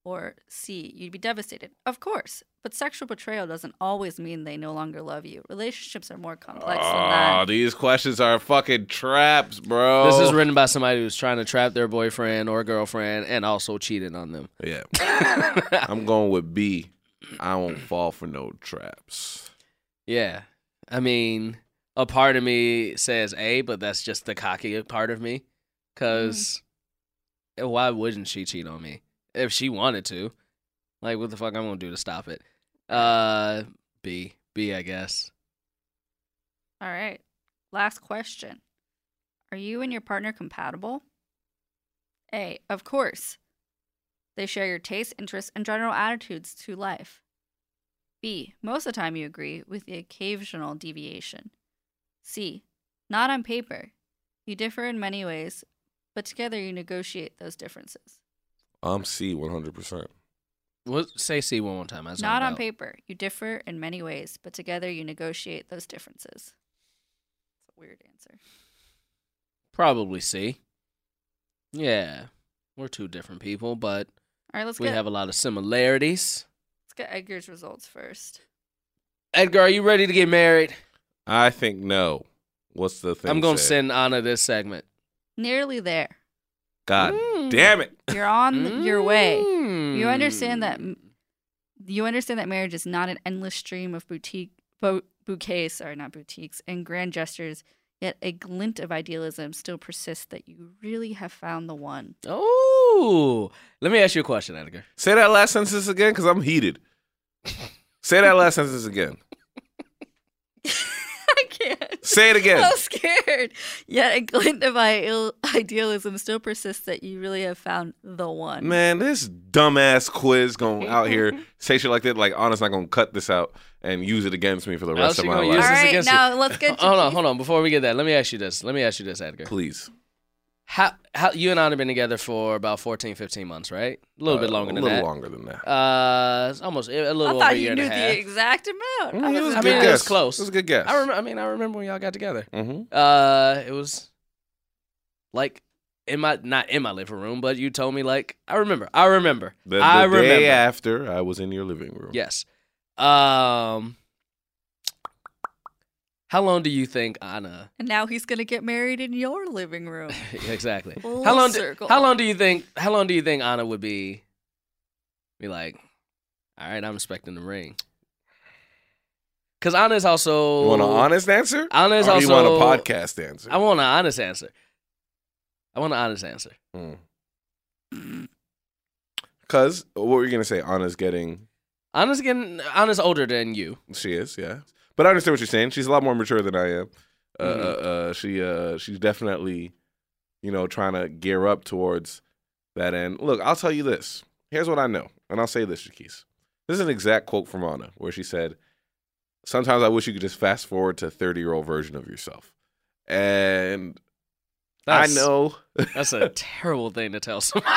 [SPEAKER 5] Or C, you'd be devastated. Of course, but sexual betrayal doesn't always mean they no longer love you. Relationships are more complex than
[SPEAKER 3] Oh,
[SPEAKER 5] that.
[SPEAKER 3] these questions are fucking traps, bro.
[SPEAKER 4] this is written by somebody who's trying to trap their boyfriend or girlfriend and also cheating on them.
[SPEAKER 3] yeah. I'm going with B. I won't fall for no traps.
[SPEAKER 4] Yeah. I mean, a part of me says A, but that's just the cocky part of
[SPEAKER 5] Mm.
[SPEAKER 4] me. Because why wouldn't she cheat on me if she wanted to? Like, what the fuck I'm going to do to stop it? Uh, B. B, I guess.
[SPEAKER 5] All right. Last question Are you and your partner compatible? A. Of course. They share your tastes, interests, and general attitudes to life. B. Most of the time you agree, with the occasional deviation. C. Not on paper. You differ in many ways, but together you negotiate those differences.
[SPEAKER 3] I'm C 100%.
[SPEAKER 4] What, say C one more time. I zoned
[SPEAKER 5] Not on
[SPEAKER 4] out.
[SPEAKER 5] paper. You differ in many ways, but together you negotiate those differences. It's a weird answer.
[SPEAKER 4] Probably C. Yeah, we're two different people, but
[SPEAKER 5] All right, let's
[SPEAKER 4] we
[SPEAKER 5] get
[SPEAKER 4] have a lot of similarities.
[SPEAKER 5] let's get Edgar's results first.
[SPEAKER 4] Edgar, are you ready to get married?
[SPEAKER 3] I think no. What's the thing?
[SPEAKER 4] I'm gonna
[SPEAKER 3] say?
[SPEAKER 4] send Anna this segment.
[SPEAKER 5] Nearly there.
[SPEAKER 3] God
[SPEAKER 5] Mm.
[SPEAKER 3] damn it.
[SPEAKER 5] You're on th- your way. You
[SPEAKER 4] Mm.
[SPEAKER 5] understand that m- you understand that marriage is not an endless stream of boutique bo- bouquets, sorry, not boutiques, and grand gestures. Yet a glint of idealism still persists that you really have found the one.
[SPEAKER 4] Mm. Oh, let me ask you a question, Edgar.
[SPEAKER 3] Say that last sentence again because I'm heated. Say that last sentence again.
[SPEAKER 5] I can't.
[SPEAKER 3] Say it again.
[SPEAKER 5] I'm scared. Yet a glint of ideal- idealism still persists that you really have found the one.
[SPEAKER 3] Man, this dumbass quiz going out here say shit like that. Like, honest, I'm gonna cut this out and use it against me for the
[SPEAKER 4] Oh,
[SPEAKER 3] rest
[SPEAKER 4] she
[SPEAKER 3] of my
[SPEAKER 4] gonna
[SPEAKER 3] life.
[SPEAKER 5] All
[SPEAKER 4] use this
[SPEAKER 5] right,
[SPEAKER 4] against you.
[SPEAKER 5] now let's get.
[SPEAKER 4] Hold on, hold on. Before we get that, let me ask you this. Let me ask you this, Edgar.
[SPEAKER 3] Please,
[SPEAKER 4] How how you and I have been together for about 14, 15 months, right? A little bit
[SPEAKER 3] Uh,
[SPEAKER 4] longer
[SPEAKER 3] a
[SPEAKER 4] than
[SPEAKER 3] little
[SPEAKER 4] that.
[SPEAKER 3] longer than that.
[SPEAKER 4] Uh, it's almost a little
[SPEAKER 5] I
[SPEAKER 4] over a
[SPEAKER 5] thought
[SPEAKER 4] year
[SPEAKER 5] you knew
[SPEAKER 4] and a half.
[SPEAKER 5] the exact amount.
[SPEAKER 3] Mm,
[SPEAKER 5] I
[SPEAKER 3] it
[SPEAKER 5] was
[SPEAKER 3] was a
[SPEAKER 4] I
[SPEAKER 5] not-
[SPEAKER 3] good
[SPEAKER 4] mean, it
[SPEAKER 3] guess.
[SPEAKER 4] was close.
[SPEAKER 3] It was a good guess.
[SPEAKER 4] I remember. I mean, I remember when y'all got together.
[SPEAKER 3] Mhm.
[SPEAKER 4] Uh, it was like in my not in my living room, but you told me like I remember. I remember.
[SPEAKER 3] The, the
[SPEAKER 4] I remember.
[SPEAKER 3] day after, I was in your living room.
[SPEAKER 4] Yes. Um. How long do you think Anna?
[SPEAKER 5] And now he's gonna get married in your living room.
[SPEAKER 4] exactly.
[SPEAKER 5] Full
[SPEAKER 4] how long? Do,
[SPEAKER 5] circle.
[SPEAKER 4] how long do you think? How long do you think Anna would be? Be like, all right, I'm expecting the ring. Because Anna is also
[SPEAKER 3] You want an honest answer?
[SPEAKER 4] Anna is
[SPEAKER 3] or
[SPEAKER 4] Oh. also
[SPEAKER 3] you want a podcast answer?
[SPEAKER 4] I want an honest answer. I want an honest answer.
[SPEAKER 3] Because what were you gonna say? Anna's getting.
[SPEAKER 4] Honest again. Honest older than you.
[SPEAKER 3] She is, yeah. But I understand what you're saying. She's a lot more mature than I am. Uh,
[SPEAKER 4] Mhm.
[SPEAKER 3] uh, uh, she uh, she's definitely, you know, trying to gear up towards that end. Look, I'll tell you this. Here's what I know, and I'll say this, Jaquise. This is an exact quote from Anna, where she said, "Sometimes I wish you could just fast forward to a 30 year old version of yourself." And
[SPEAKER 4] That's,
[SPEAKER 3] I know,
[SPEAKER 4] that's a terrible thing to tell someone,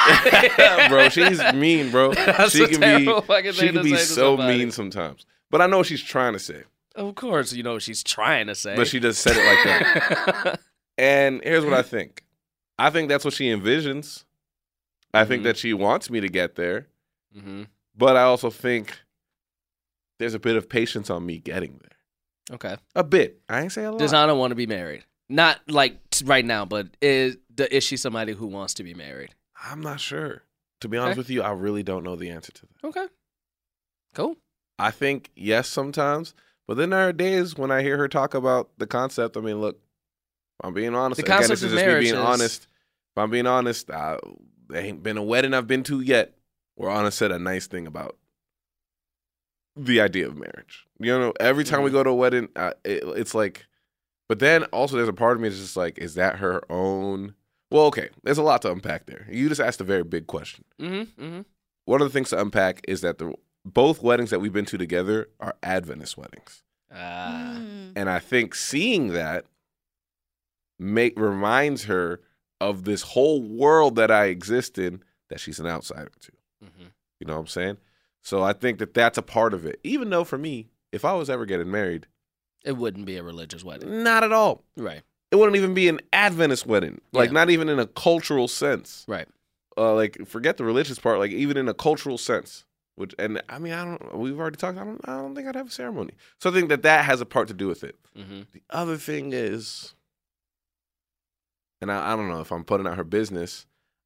[SPEAKER 3] bro, she's mean, bro.
[SPEAKER 4] That's
[SPEAKER 3] she
[SPEAKER 4] a
[SPEAKER 3] can
[SPEAKER 4] terrible fucking
[SPEAKER 3] be she
[SPEAKER 4] thing
[SPEAKER 3] can
[SPEAKER 4] to
[SPEAKER 3] be
[SPEAKER 4] say to
[SPEAKER 3] so
[SPEAKER 4] somebody.
[SPEAKER 3] mean sometimes. But I know what she's trying to say,
[SPEAKER 4] Of course, you know what she's trying to say.
[SPEAKER 3] but she just said it like that. And here's
[SPEAKER 4] Mm-hmm.
[SPEAKER 3] what I think. I think that's what she envisions. I think
[SPEAKER 4] Mhm.
[SPEAKER 3] that she wants me to get there,
[SPEAKER 4] hmm
[SPEAKER 3] but I also think there's a bit of patience on me getting there.
[SPEAKER 4] Okay.
[SPEAKER 3] A bit. I ain't say a lot.
[SPEAKER 4] Does Anna want to be married? Not like t- right now, but is d- is she somebody who wants to be married?
[SPEAKER 3] I'm not sure. To be honest
[SPEAKER 4] Okay.
[SPEAKER 3] with you, I really don't know the answer to that.
[SPEAKER 4] Okay. Cool.
[SPEAKER 3] I think yes sometimes, but then there are days when I hear her talk about the concept. I mean, look, if I'm being honest.
[SPEAKER 4] The
[SPEAKER 3] Again,
[SPEAKER 4] concept
[SPEAKER 3] this is
[SPEAKER 4] of
[SPEAKER 3] just me
[SPEAKER 4] marriage
[SPEAKER 3] being
[SPEAKER 4] is-
[SPEAKER 3] honest. If I'm being honest, I, there ain't been a wedding I've been to yet where Anna said a nice thing about the idea of marriage. You know, every time we
[SPEAKER 4] Mm-hmm.
[SPEAKER 3] go to a wedding, uh, it, it's like, but then also there's a part of me that's just like, is that her own? Well, okay, there's a lot to unpack there. You just asked a very big question
[SPEAKER 4] Mm-hmm. Mm-hmm.
[SPEAKER 3] one of the things to unpack is that the both weddings that we've been to together are Adventist weddings,
[SPEAKER 4] Uh,
[SPEAKER 5] Mm.
[SPEAKER 3] and I think seeing that make reminds her of this whole world that I exist in that she's an outsider to.
[SPEAKER 4] mhm.
[SPEAKER 3] You know what I'm saying? So I think that that's a part of it. Even though for me, if I was ever getting married,
[SPEAKER 4] It wouldn't be a religious wedding,
[SPEAKER 3] not at all.
[SPEAKER 4] right?
[SPEAKER 3] It wouldn't even be an Adventist wedding, like
[SPEAKER 4] Yeah.
[SPEAKER 3] not even in a cultural sense.
[SPEAKER 4] Right.
[SPEAKER 3] uh, like forget the religious part, like even in a cultural sense. Which and I mean I don't we've already talked. I don't I don't think I'd have a ceremony. So I think that that has a part to do with it.
[SPEAKER 4] Mm-hmm.
[SPEAKER 3] The other thing is, and I, I don't know if I'm putting out her business.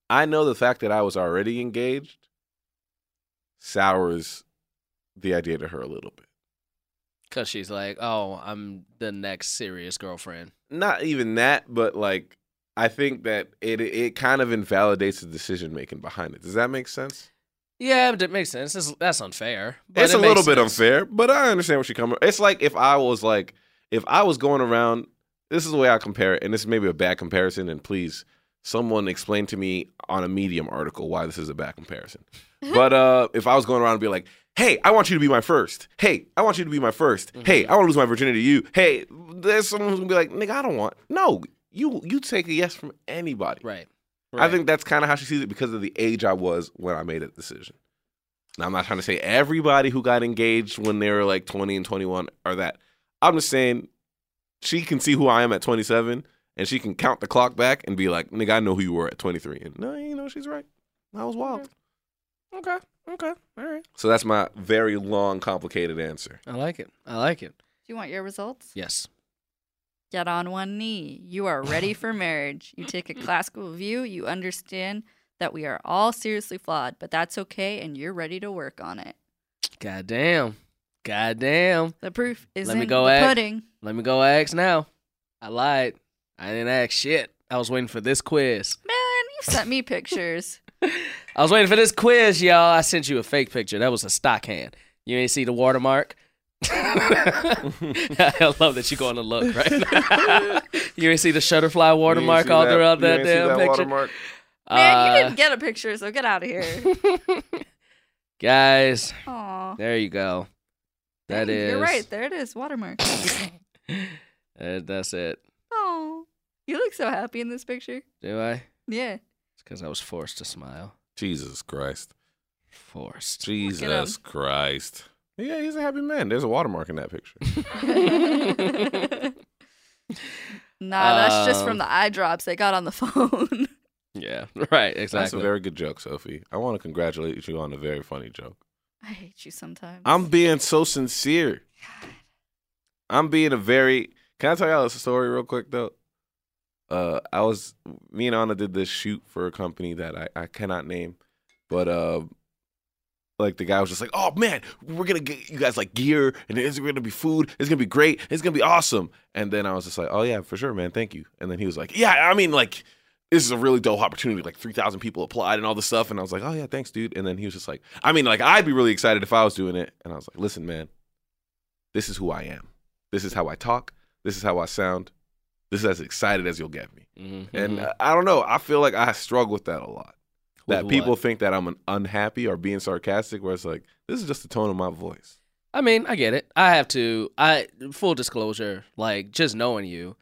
[SPEAKER 3] I know the fact that I was already engaged sours the idea to her a little bit.
[SPEAKER 4] Cause she's like, oh, I'm the next serious girlfriend.
[SPEAKER 3] Not even that, but like I think that it it kind of invalidates the decision making behind it. Does that make sense?
[SPEAKER 4] Yeah, but it makes sense. It's, that's unfair. But
[SPEAKER 3] it's
[SPEAKER 4] it
[SPEAKER 3] a
[SPEAKER 4] makes
[SPEAKER 3] little bit
[SPEAKER 4] sense.
[SPEAKER 3] unfair, but I understand what you're coming. It's like if I was like, if I was going around, this is the way I compare it, and this may be a bad comparison, and please someone explained to me on a Medium article why this is a bad comparison. But uh, if I was going around and be like, hey, I want you to be my first. Hey, I want you to be my 1st
[SPEAKER 4] Mm-hmm.
[SPEAKER 3] Hey, I want to lose my virginity to you. Hey, there's someone who's gonna be like, nigga, I don't want. No, you you take a yes from anybody.
[SPEAKER 4] Right.
[SPEAKER 3] I think that's kind of how she sees it because of the age I was when I made that decision. Now, I'm not trying to say everybody who got engaged when they were like 20 and 21 are that. I'm just saying she can see who I am at 27 and she can count the clock back and be like, nigga, I know who you were at 23. And no, you know, she's right. I was wild. Okay. Okay. All right. So that's my very long, complicated answer.
[SPEAKER 4] I like it. I like it.
[SPEAKER 5] you want your results?
[SPEAKER 4] Yes.
[SPEAKER 5] Get on one knee. You are ready for marriage. You take a classical view. You understand that we are all seriously flawed, but that's okay, and you're ready to work on it.
[SPEAKER 4] Goddamn. Goddamn.
[SPEAKER 5] The proof is
[SPEAKER 4] Let me
[SPEAKER 5] in
[SPEAKER 4] go
[SPEAKER 5] the
[SPEAKER 4] ask-
[SPEAKER 5] pudding.
[SPEAKER 4] Let me go ask now. I lied. I didn't ask shit. I was waiting for this quiz.
[SPEAKER 5] Man, you sent me pictures.
[SPEAKER 4] I was waiting for this quiz, y'all. I sent you a fake picture. That was a stock hand. You ain't see the watermark. I love that you're going to look right now. you ain't see the shutterfly watermark
[SPEAKER 3] You
[SPEAKER 4] all
[SPEAKER 3] see
[SPEAKER 4] throughout
[SPEAKER 3] you
[SPEAKER 4] that
[SPEAKER 3] ain't see
[SPEAKER 4] damn picture.
[SPEAKER 3] watermark?
[SPEAKER 5] Man, you
[SPEAKER 4] Uh,
[SPEAKER 5] didn't get a picture, so get out of here.
[SPEAKER 4] guys,
[SPEAKER 5] Aw.
[SPEAKER 4] there you go. That
[SPEAKER 5] Dang,
[SPEAKER 4] is.
[SPEAKER 5] You're right. There it is. Watermark.
[SPEAKER 4] Uh, that's it.
[SPEAKER 5] Oh, you look so happy in this picture.
[SPEAKER 4] Do I?
[SPEAKER 5] Yeah.
[SPEAKER 4] It's because I was forced to smile.
[SPEAKER 3] Jesus Christ.
[SPEAKER 4] Forced.
[SPEAKER 3] Jesus Christ. Yeah, he's a happy man. There's a watermark in that picture.
[SPEAKER 5] nah, that's just
[SPEAKER 4] Um,
[SPEAKER 5] from the eye drops they got on the phone.
[SPEAKER 4] Yeah. Right.
[SPEAKER 3] That's a
[SPEAKER 4] Exactly.
[SPEAKER 3] very good joke, Sophie. I want to congratulate you on a very funny joke.
[SPEAKER 5] I hate you sometimes.
[SPEAKER 3] I'm being so sincere. I'm being a very. Can I tell y'all a story real quick though? Uh, I was me and Anna did this shoot for a company that I, I cannot name, but uh, like the guy was just like, "Oh man, we're gonna get you guys like gear, and it's gonna be food. It's gonna be great. It's gonna be awesome." And then I was just like, "Oh yeah, for sure, man. Thank you." And then he was like, "Yeah, I mean like." This is a really dope opportunity. Like three thousand people applied and all this stuff, and I was like, "Oh yeah, thanks, dude." And then he was just like, "I mean, like I'd be really excited if I was doing it." And I was like, "Listen, man, this is who I am. This is how I talk. This is how I sound. This is as excited as you'll get me.
[SPEAKER 4] Mhm.
[SPEAKER 3] And uh, I don't know. I feel like I struggle with that a lot.
[SPEAKER 4] With
[SPEAKER 3] that
[SPEAKER 4] what?
[SPEAKER 3] people think that I'm an unhappy or being sarcastic, where it's like, this is just the tone of my voice.
[SPEAKER 4] I mean, I get it. I have to. I full disclosure, like just knowing you,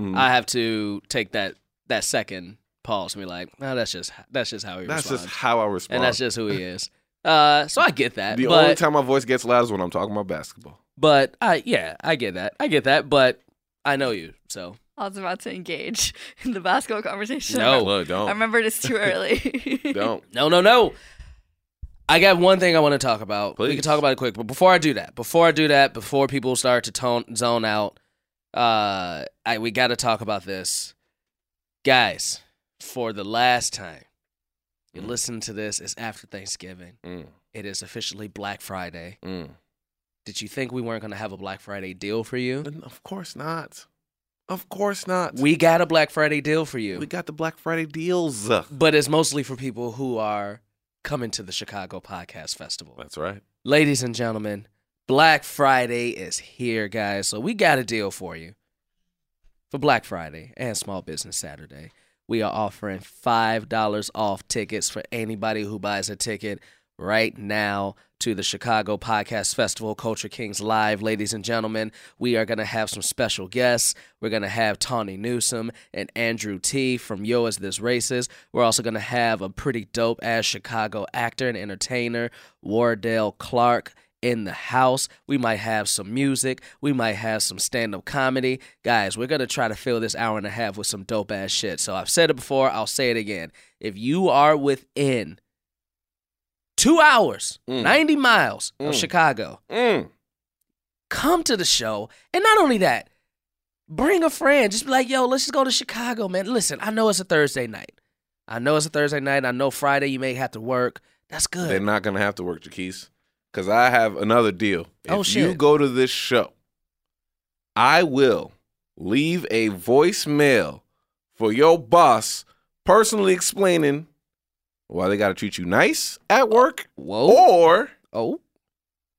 [SPEAKER 3] Mm.
[SPEAKER 4] I have to take that that second pause and be like, no, that's just that's just how he
[SPEAKER 3] that's
[SPEAKER 4] responds,
[SPEAKER 3] just how I respond.
[SPEAKER 4] and that's just who he is. Uh, so I get that.
[SPEAKER 3] the
[SPEAKER 4] but,
[SPEAKER 3] only time my voice gets loud is when I'm talking about basketball.
[SPEAKER 4] but I yeah, I get that. I get that. But I know you, so
[SPEAKER 5] I was about to engage in the basketball conversation.
[SPEAKER 4] No.
[SPEAKER 3] Look, don't.
[SPEAKER 5] I remembered it's too early.
[SPEAKER 3] don't.
[SPEAKER 4] No, no, no. I got one thing I want to talk about. We can
[SPEAKER 3] Please.
[SPEAKER 4] talk about it quick, but before I do that, before I do that, before people start to tone zone out, uh, I, we got to talk about this, guys. For the last time, you listen to this. It's after Thanksgiving.
[SPEAKER 3] Mm,
[SPEAKER 4] It is officially Black Friday.
[SPEAKER 3] mm.
[SPEAKER 4] Did you think we weren't gonna have a Black Friday deal for you?
[SPEAKER 3] And Of course not. Of course not.
[SPEAKER 4] We got a Black Friday deal for you,
[SPEAKER 3] we got the Black Friday deals.
[SPEAKER 4] but it's mostly for people who are coming to the Chicago Podcast Festival.
[SPEAKER 3] That's right.
[SPEAKER 4] Ladies and gentlemen, Black Friday is here, guys. So we got a deal for you. For Black Friday and Small Business Saturday, we are offering $5 off tickets for anybody who buys a ticket right now to the Chicago Podcast Festival Culture Kings Live. Ladies and gentlemen, we are going to have some special guests. We're going to have Tawny Newsom and Andrew T from Yo Is This Racist. We're also going to have a pretty dope ass Chicago actor and entertainer, Wardell Clark. In the house, we might have some music, we might have some stand up comedy. Guys, we're gonna try to fill this hour and a half with some dope ass shit. So I've said it before, I'll say it again. If you are within two hours, 90 miles of Chicago.
[SPEAKER 3] Mm.
[SPEAKER 4] Come to the show. And not only that, bring a friend. Just be like, yo, let's just go to Chicago, man. Listen, I know it's a Thursday night. I know it's a Thursday night. I know Friday you may have to work. That's good.
[SPEAKER 3] They're not gonna have to work Jaquise, because I have another deal.
[SPEAKER 4] Oh,
[SPEAKER 3] if You
[SPEAKER 4] shit.
[SPEAKER 3] go to this show, I will leave a voicemail for your boss, personally explaining why they gotta treat you nice at work,
[SPEAKER 4] Whoa.
[SPEAKER 3] or
[SPEAKER 4] Oh.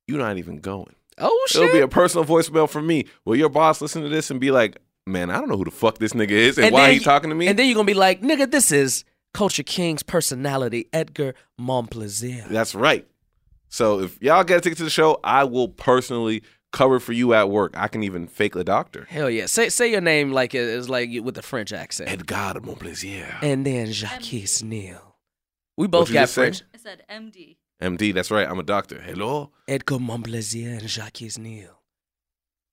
[SPEAKER 3] you're not even going.
[SPEAKER 4] Oh, shit.
[SPEAKER 3] It'll be a personal voicemail from me. Will your boss listen to this and be like,
[SPEAKER 7] man, I don't know who the fuck this nigga is and,
[SPEAKER 4] And
[SPEAKER 7] why
[SPEAKER 4] then
[SPEAKER 7] he
[SPEAKER 4] you-
[SPEAKER 7] talking to me.
[SPEAKER 4] And then you're gonna be like, nigga, this is Culture King's personality, Edgar Montplaisir.
[SPEAKER 7] That's right. So if y'all get a ticket to the show, I will personally cover for you at work. I can even fake a doctor.
[SPEAKER 4] Hell yeah. Say say your name like it is like you- with a French accent.
[SPEAKER 7] Edgar Montplaisir.
[SPEAKER 4] and then Jacques Neal. We both
[SPEAKER 7] you
[SPEAKER 4] got
[SPEAKER 7] just say?
[SPEAKER 4] French.
[SPEAKER 5] I said MD.
[SPEAKER 7] MD, that's right. I'm a doctor. Hello.
[SPEAKER 4] Edgar Montplaisir and Jacques Neal.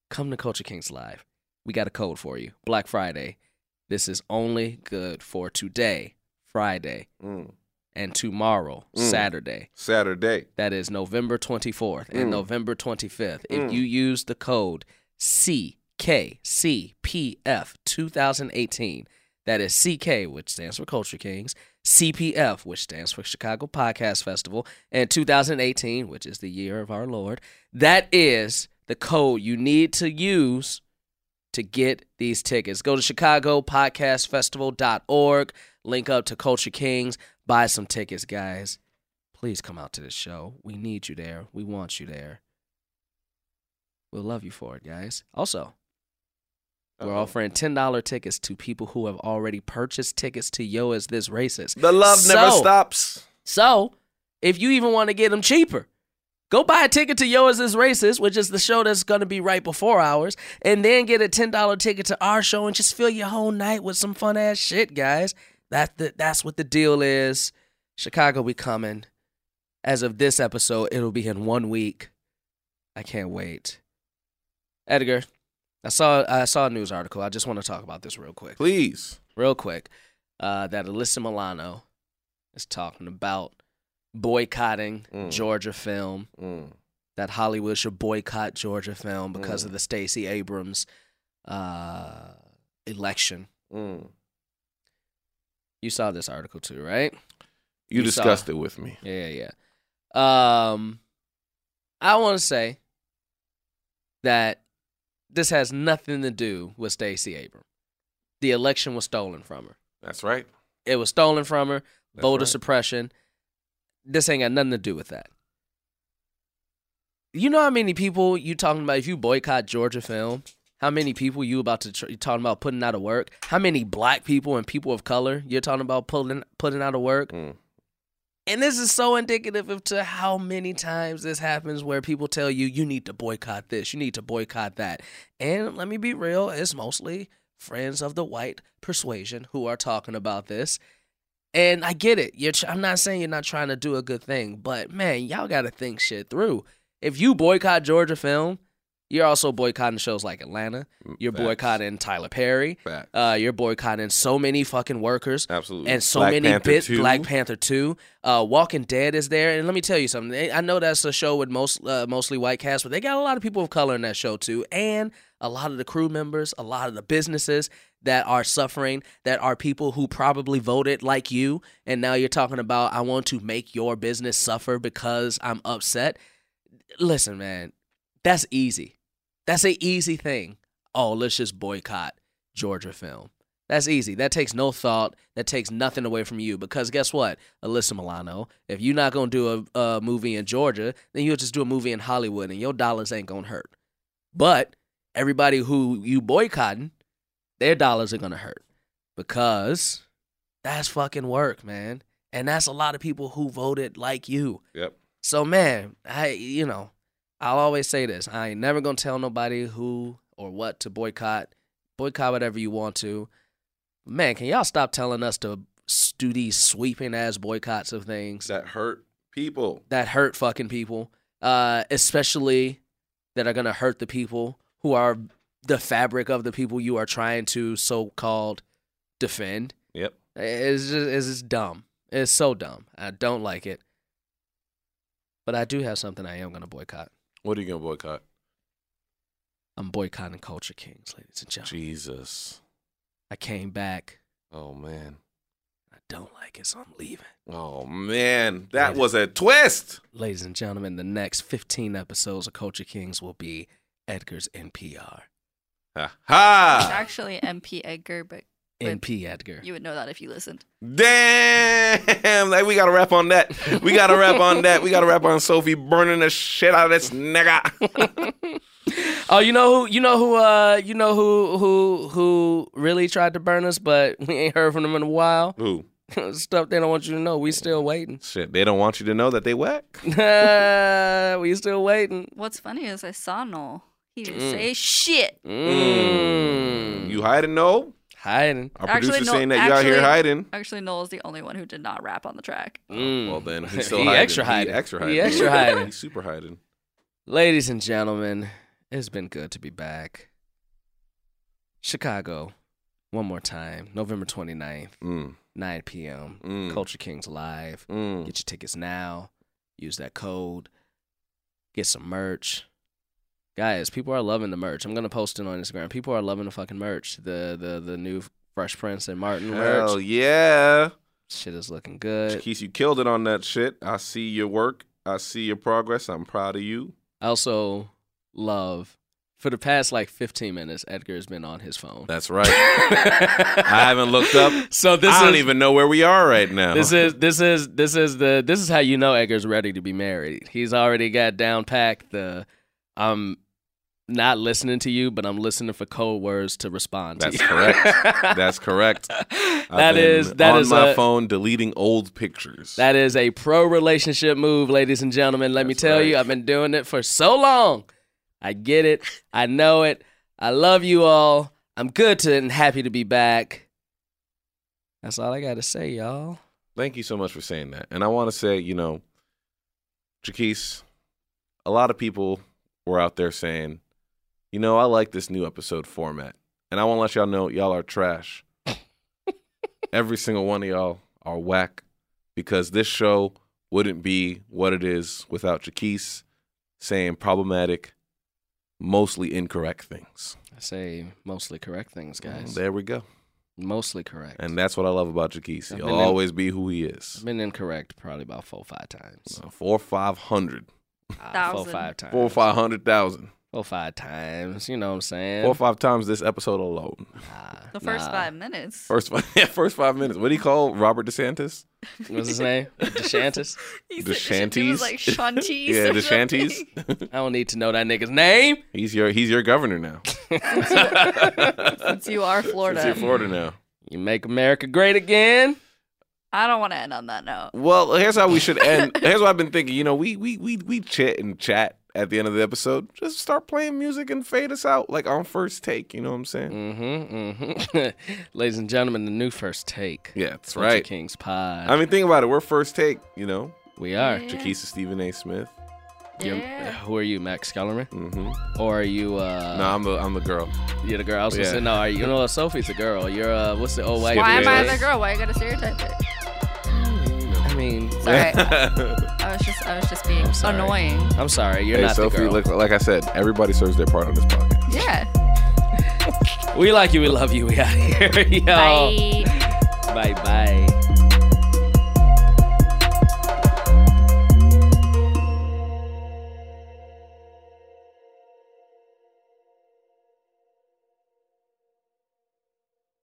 [SPEAKER 4] Come to Culture Kings Live. We got a code for you. Black Friday. This is only good for today, Friday,
[SPEAKER 7] Mm.
[SPEAKER 4] and tomorrow,
[SPEAKER 7] Mm.
[SPEAKER 4] Saturday.
[SPEAKER 7] Saturday.
[SPEAKER 4] That is November 24th and
[SPEAKER 7] Mm.
[SPEAKER 4] November 25th.
[SPEAKER 7] Mm.
[SPEAKER 4] If you use the code CKCPF 2018, that is CK, which stands for Culture Kings, CPF, which stands for Chicago Podcast Festival, and 2018, which is the year of our Lord. That is the code you need to use to get these tickets. Go to chicagopodcastfestival.org, link up to Culture Kings, buy some tickets, guys please come out to this show. We need you there. We want you there. We'll love you for it, guys. Also, we're
[SPEAKER 7] Uh-oh.
[SPEAKER 4] offering ten dollar tickets to people who have already purchased tickets to Yo Is This Racist.
[SPEAKER 7] The love never
[SPEAKER 4] So-
[SPEAKER 7] stops.
[SPEAKER 4] So, if you even want to get them cheaper, go buy a ticket to Yo Is This Racist, which is the show that's gonna be right before ours, and then get a ten dollar ticket to our show and just fill your whole night with some fun ass shit, guys. That the, that's what the deal is. Chicago, we coming. As of this episode, it'll be in one week. I can't wait. Edgar, I saw I saw a news article. I just want to talk about this real quick
[SPEAKER 7] Please.
[SPEAKER 4] real quick uh, that Alyssa Milano is talking about boycotting
[SPEAKER 7] Mm.
[SPEAKER 4] Georgia film.
[SPEAKER 7] Mm.
[SPEAKER 4] That Hollywood should boycott Georgia film because
[SPEAKER 7] Mm.
[SPEAKER 4] of the Stacey Abrams uh, election.
[SPEAKER 7] Mm.
[SPEAKER 4] You saw this article too, right?
[SPEAKER 7] You,
[SPEAKER 4] You
[SPEAKER 7] discussed
[SPEAKER 4] saw.
[SPEAKER 7] it with me.
[SPEAKER 4] Yeah, yeah, yeah. Um, I want to say that this has nothing to do with Stacey Abrams. The election was stolen from her.
[SPEAKER 7] That's right.
[SPEAKER 4] It was stolen from her.
[SPEAKER 7] That's
[SPEAKER 4] voter
[SPEAKER 7] right.
[SPEAKER 4] suppression. This ain't got nothing to do with that. You know how many people you talking about if you boycott Georgia film? How many people you about to tr- you talking about putting out of work? How many black people and people of color you're talking about pulling putting out of work?
[SPEAKER 7] Mm.
[SPEAKER 4] And this is so indicative of to how many times this happens where people tell you you need to boycott this, you need to boycott that. And let me be real, it's mostly friends of the white persuasion who are talking about this. And I get it. You're tr- I'm not saying you're not trying to do a good thing, but man, y'all got to think shit through. If you boycott Georgia film, you're also boycotting shows like Atlanta. You're
[SPEAKER 7] mm, Facts.
[SPEAKER 4] boycotting Tyler Perry.
[SPEAKER 7] Facts.
[SPEAKER 4] Uh, you're boycotting so many fucking workers
[SPEAKER 7] Absolutely.
[SPEAKER 4] and so
[SPEAKER 7] Black
[SPEAKER 4] many
[SPEAKER 7] Panther
[SPEAKER 4] bits.
[SPEAKER 7] 2.
[SPEAKER 4] Black Panther Two, uh, Walking Dead is there, and let me tell you something. They- I know that's a show with most uh, mostly white cast, but they got a lot of people of color in that show too, and a lot of the crew members, a lot of the businesses that are suffering, that are people who probably voted like you, and now you're talking about I want to make your business suffer because I'm upset. Listen, man, that's easy. That's an easy thing. Oh, let's just boycott Georgia film. That's easy. That takes no thought. That takes nothing away from you because guess what, Alyssa Milano, if you're not gonna do a, a movie in Georgia, then you'll just do a movie in Hollywood, and your dollars ain't gonna hurt. But everybody who you boycotting, their dollars are gonna hurt because that's fucking work, man, and that's a lot of people who voted like you.
[SPEAKER 7] Yep.
[SPEAKER 4] So man, I you know, I'll always say this. I ain't never gonna tell nobody who or what to boycott. Boycott whatever you want to. Man, can y'all stop telling us to s- do these sweeping ass boycotts of things
[SPEAKER 7] That hurt people.
[SPEAKER 4] that hurt fucking people, uh, especially that are gonna hurt the people who are the fabric of the people you are trying to so called defend.
[SPEAKER 7] Yep.
[SPEAKER 4] It's just it's just dumb. It's so dumb. I don't like it. But I do have something I am gonna boycott.
[SPEAKER 7] What are you going to boycott?
[SPEAKER 4] I'm boycotting Culture Kings, ladies and gentlemen.
[SPEAKER 7] Jesus.
[SPEAKER 4] I came back.
[SPEAKER 7] Oh, man.
[SPEAKER 4] I don't like it, so I'm leaving.
[SPEAKER 7] Oh, man. That was a twist.
[SPEAKER 4] Ladies and gentlemen, the next 15 episodes of Culture Kings will be Edgar's NPR.
[SPEAKER 7] Ha ha.
[SPEAKER 4] Ah.
[SPEAKER 5] It's actually MP Edgar, but
[SPEAKER 4] NP Edgar.
[SPEAKER 5] You would know that if you listened.
[SPEAKER 3] Damn, like we gotta rap on that. We gotta rap on that. We gotta rap on Sophie burning the shit out of this nigga.
[SPEAKER 4] Oh, you know who you know who uh you know who who who really tried to burn us, but we ain't heard from them in a while.
[SPEAKER 3] Ooh,
[SPEAKER 4] Stuff they don't want you to know. We still waiting.
[SPEAKER 3] shit. They don't want you to know that they whack.
[SPEAKER 4] we still waiting.
[SPEAKER 5] What's funny is I saw Noel. He didn't say shit.
[SPEAKER 4] Mm.
[SPEAKER 3] You hiding, no?
[SPEAKER 4] hiding.
[SPEAKER 3] Our
[SPEAKER 5] Actually,
[SPEAKER 3] producer's
[SPEAKER 5] no,
[SPEAKER 3] saying that you out here
[SPEAKER 5] actually-
[SPEAKER 3] hiding.
[SPEAKER 5] Actually, Noel's the only one who did not rap on the track.
[SPEAKER 4] Mm.
[SPEAKER 3] Oh, Well then, he's still
[SPEAKER 4] He
[SPEAKER 3] hiding.
[SPEAKER 4] extra hiding.
[SPEAKER 3] He extra
[SPEAKER 4] He
[SPEAKER 3] hiding.
[SPEAKER 4] extra hiding.
[SPEAKER 3] He's super hiding.
[SPEAKER 4] Ladies and gentlemen, it's been good to be back. Chicago, one more time, November 29th,
[SPEAKER 3] Mm,
[SPEAKER 4] 9 p.m.
[SPEAKER 3] mm,
[SPEAKER 4] Culture Kings Live.
[SPEAKER 3] mm.
[SPEAKER 4] Get your tickets now. Use that code. Get some merch. Guys, people are loving the merch. I'm gonna post it on Instagram. People are loving the fucking merch. The the the new Fresh Prince and Martin merch.
[SPEAKER 3] Hell yeah.
[SPEAKER 4] Shit is looking good.
[SPEAKER 3] Keith, you killed it on that shit. I see your work. I see your progress. I'm proud of you.
[SPEAKER 4] I also love for the past like 15 minutes, Edgar has been on his phone.
[SPEAKER 3] That's right. I haven't looked up.
[SPEAKER 4] So this
[SPEAKER 3] I
[SPEAKER 4] is
[SPEAKER 3] don't even know where we are right now.
[SPEAKER 4] this is this is this is the this is how you know Edgar's ready to be married. He's already got down packed the I'm not listening to you, but I'm listening for code words to respond
[SPEAKER 3] That's
[SPEAKER 4] to. you."
[SPEAKER 3] correct. That's correct.
[SPEAKER 4] That is- that
[SPEAKER 3] on
[SPEAKER 4] is
[SPEAKER 3] my
[SPEAKER 4] a-
[SPEAKER 3] phone deleting old pictures.
[SPEAKER 4] That is a pro relationship move, ladies and gentlemen. Let me
[SPEAKER 3] That's
[SPEAKER 4] tell you,
[SPEAKER 3] right.
[SPEAKER 4] I've been doing it for so long. I get it. I know it. I love you all. I'm good to and happy to be back. That's all I got to say, y'all.
[SPEAKER 3] Thank you so much for saying that. And I want to say, you know, Jaquise, a lot of people were out there saying, you know, I like this new episode format. And I want to let y'all know y'all are trash. Every single one of y'all are whack because this show wouldn't be what it is without Jaquise saying problematic, mostly incorrect things.
[SPEAKER 4] I say mostly correct things, guys.
[SPEAKER 3] There we go.
[SPEAKER 4] mostly correct.
[SPEAKER 3] And that's what I love about Jaquise.
[SPEAKER 4] I've
[SPEAKER 3] He'll
[SPEAKER 4] been in-
[SPEAKER 3] always be who he
[SPEAKER 4] I've
[SPEAKER 3] is.
[SPEAKER 4] been incorrect probably about four or five times.
[SPEAKER 3] Uh, Four, five hundred.
[SPEAKER 4] Ah, four or
[SPEAKER 5] Thousand.
[SPEAKER 4] five times.
[SPEAKER 3] Four, five hundred thousand.
[SPEAKER 4] Four or five times. You know what I'm saying?
[SPEAKER 3] Four or five times this episode alone.
[SPEAKER 4] Nah,
[SPEAKER 5] The first
[SPEAKER 4] nah.
[SPEAKER 5] five minutes.
[SPEAKER 3] First five, yeah, first five minutes. What do you call Robert DeSantis?
[SPEAKER 4] What's his name? DeShantis.
[SPEAKER 5] He
[SPEAKER 3] the
[SPEAKER 5] said- he was
[SPEAKER 3] shanties?
[SPEAKER 5] like shanties.
[SPEAKER 3] yeah,
[SPEAKER 5] or
[SPEAKER 3] DeSantis.
[SPEAKER 5] something.
[SPEAKER 4] I don't need to know that nigga's name.
[SPEAKER 3] he's your he's your governor now.
[SPEAKER 5] Since you are
[SPEAKER 3] He's
[SPEAKER 5] Florida.
[SPEAKER 3] in Florida now.
[SPEAKER 4] You make America great again.
[SPEAKER 5] I don't want to end on that note.
[SPEAKER 3] Well, here's how we should end. here's what I've been thinking. You know, we we we we chit and chat at the end of the episode. Just start playing music and fade us out like on first take. You know what I'm saying?
[SPEAKER 4] Mm-hmm. Mm-hmm. Ladies and gentlemen, the new first take.
[SPEAKER 3] Yeah, that's
[SPEAKER 4] Culture
[SPEAKER 3] right.
[SPEAKER 4] Kings pod.
[SPEAKER 3] I mean, think about it. We're first take. You know,
[SPEAKER 4] we are.
[SPEAKER 5] Yeah.
[SPEAKER 3] Jaquisa Stephen A. Smith.
[SPEAKER 4] You're- Who are you, Max Kellerman?
[SPEAKER 3] Mm-hmm.
[SPEAKER 4] Or are you uh
[SPEAKER 3] no, I'm the I'm the girl.
[SPEAKER 4] you're the girl? I was gonna
[SPEAKER 3] Yeah.
[SPEAKER 4] say no, are you, you know Sophie's a girl. You're uh what's the old white
[SPEAKER 5] Why
[SPEAKER 3] Yeah.
[SPEAKER 5] am I
[SPEAKER 4] chick?
[SPEAKER 5] the girl? Why you gotta stereotype it?
[SPEAKER 4] I mean
[SPEAKER 5] It's alright. I was just, I was just being
[SPEAKER 4] I'm sorry.
[SPEAKER 5] annoying.
[SPEAKER 4] I'm sorry, you're
[SPEAKER 3] hey,
[SPEAKER 4] not
[SPEAKER 3] Sophie.
[SPEAKER 4] the girl.
[SPEAKER 3] Look, like I said, everybody serves their part on this podcast.
[SPEAKER 5] Yeah.
[SPEAKER 4] We like you, we love you, we out here. Yo.
[SPEAKER 5] Bye.
[SPEAKER 4] Bye bye.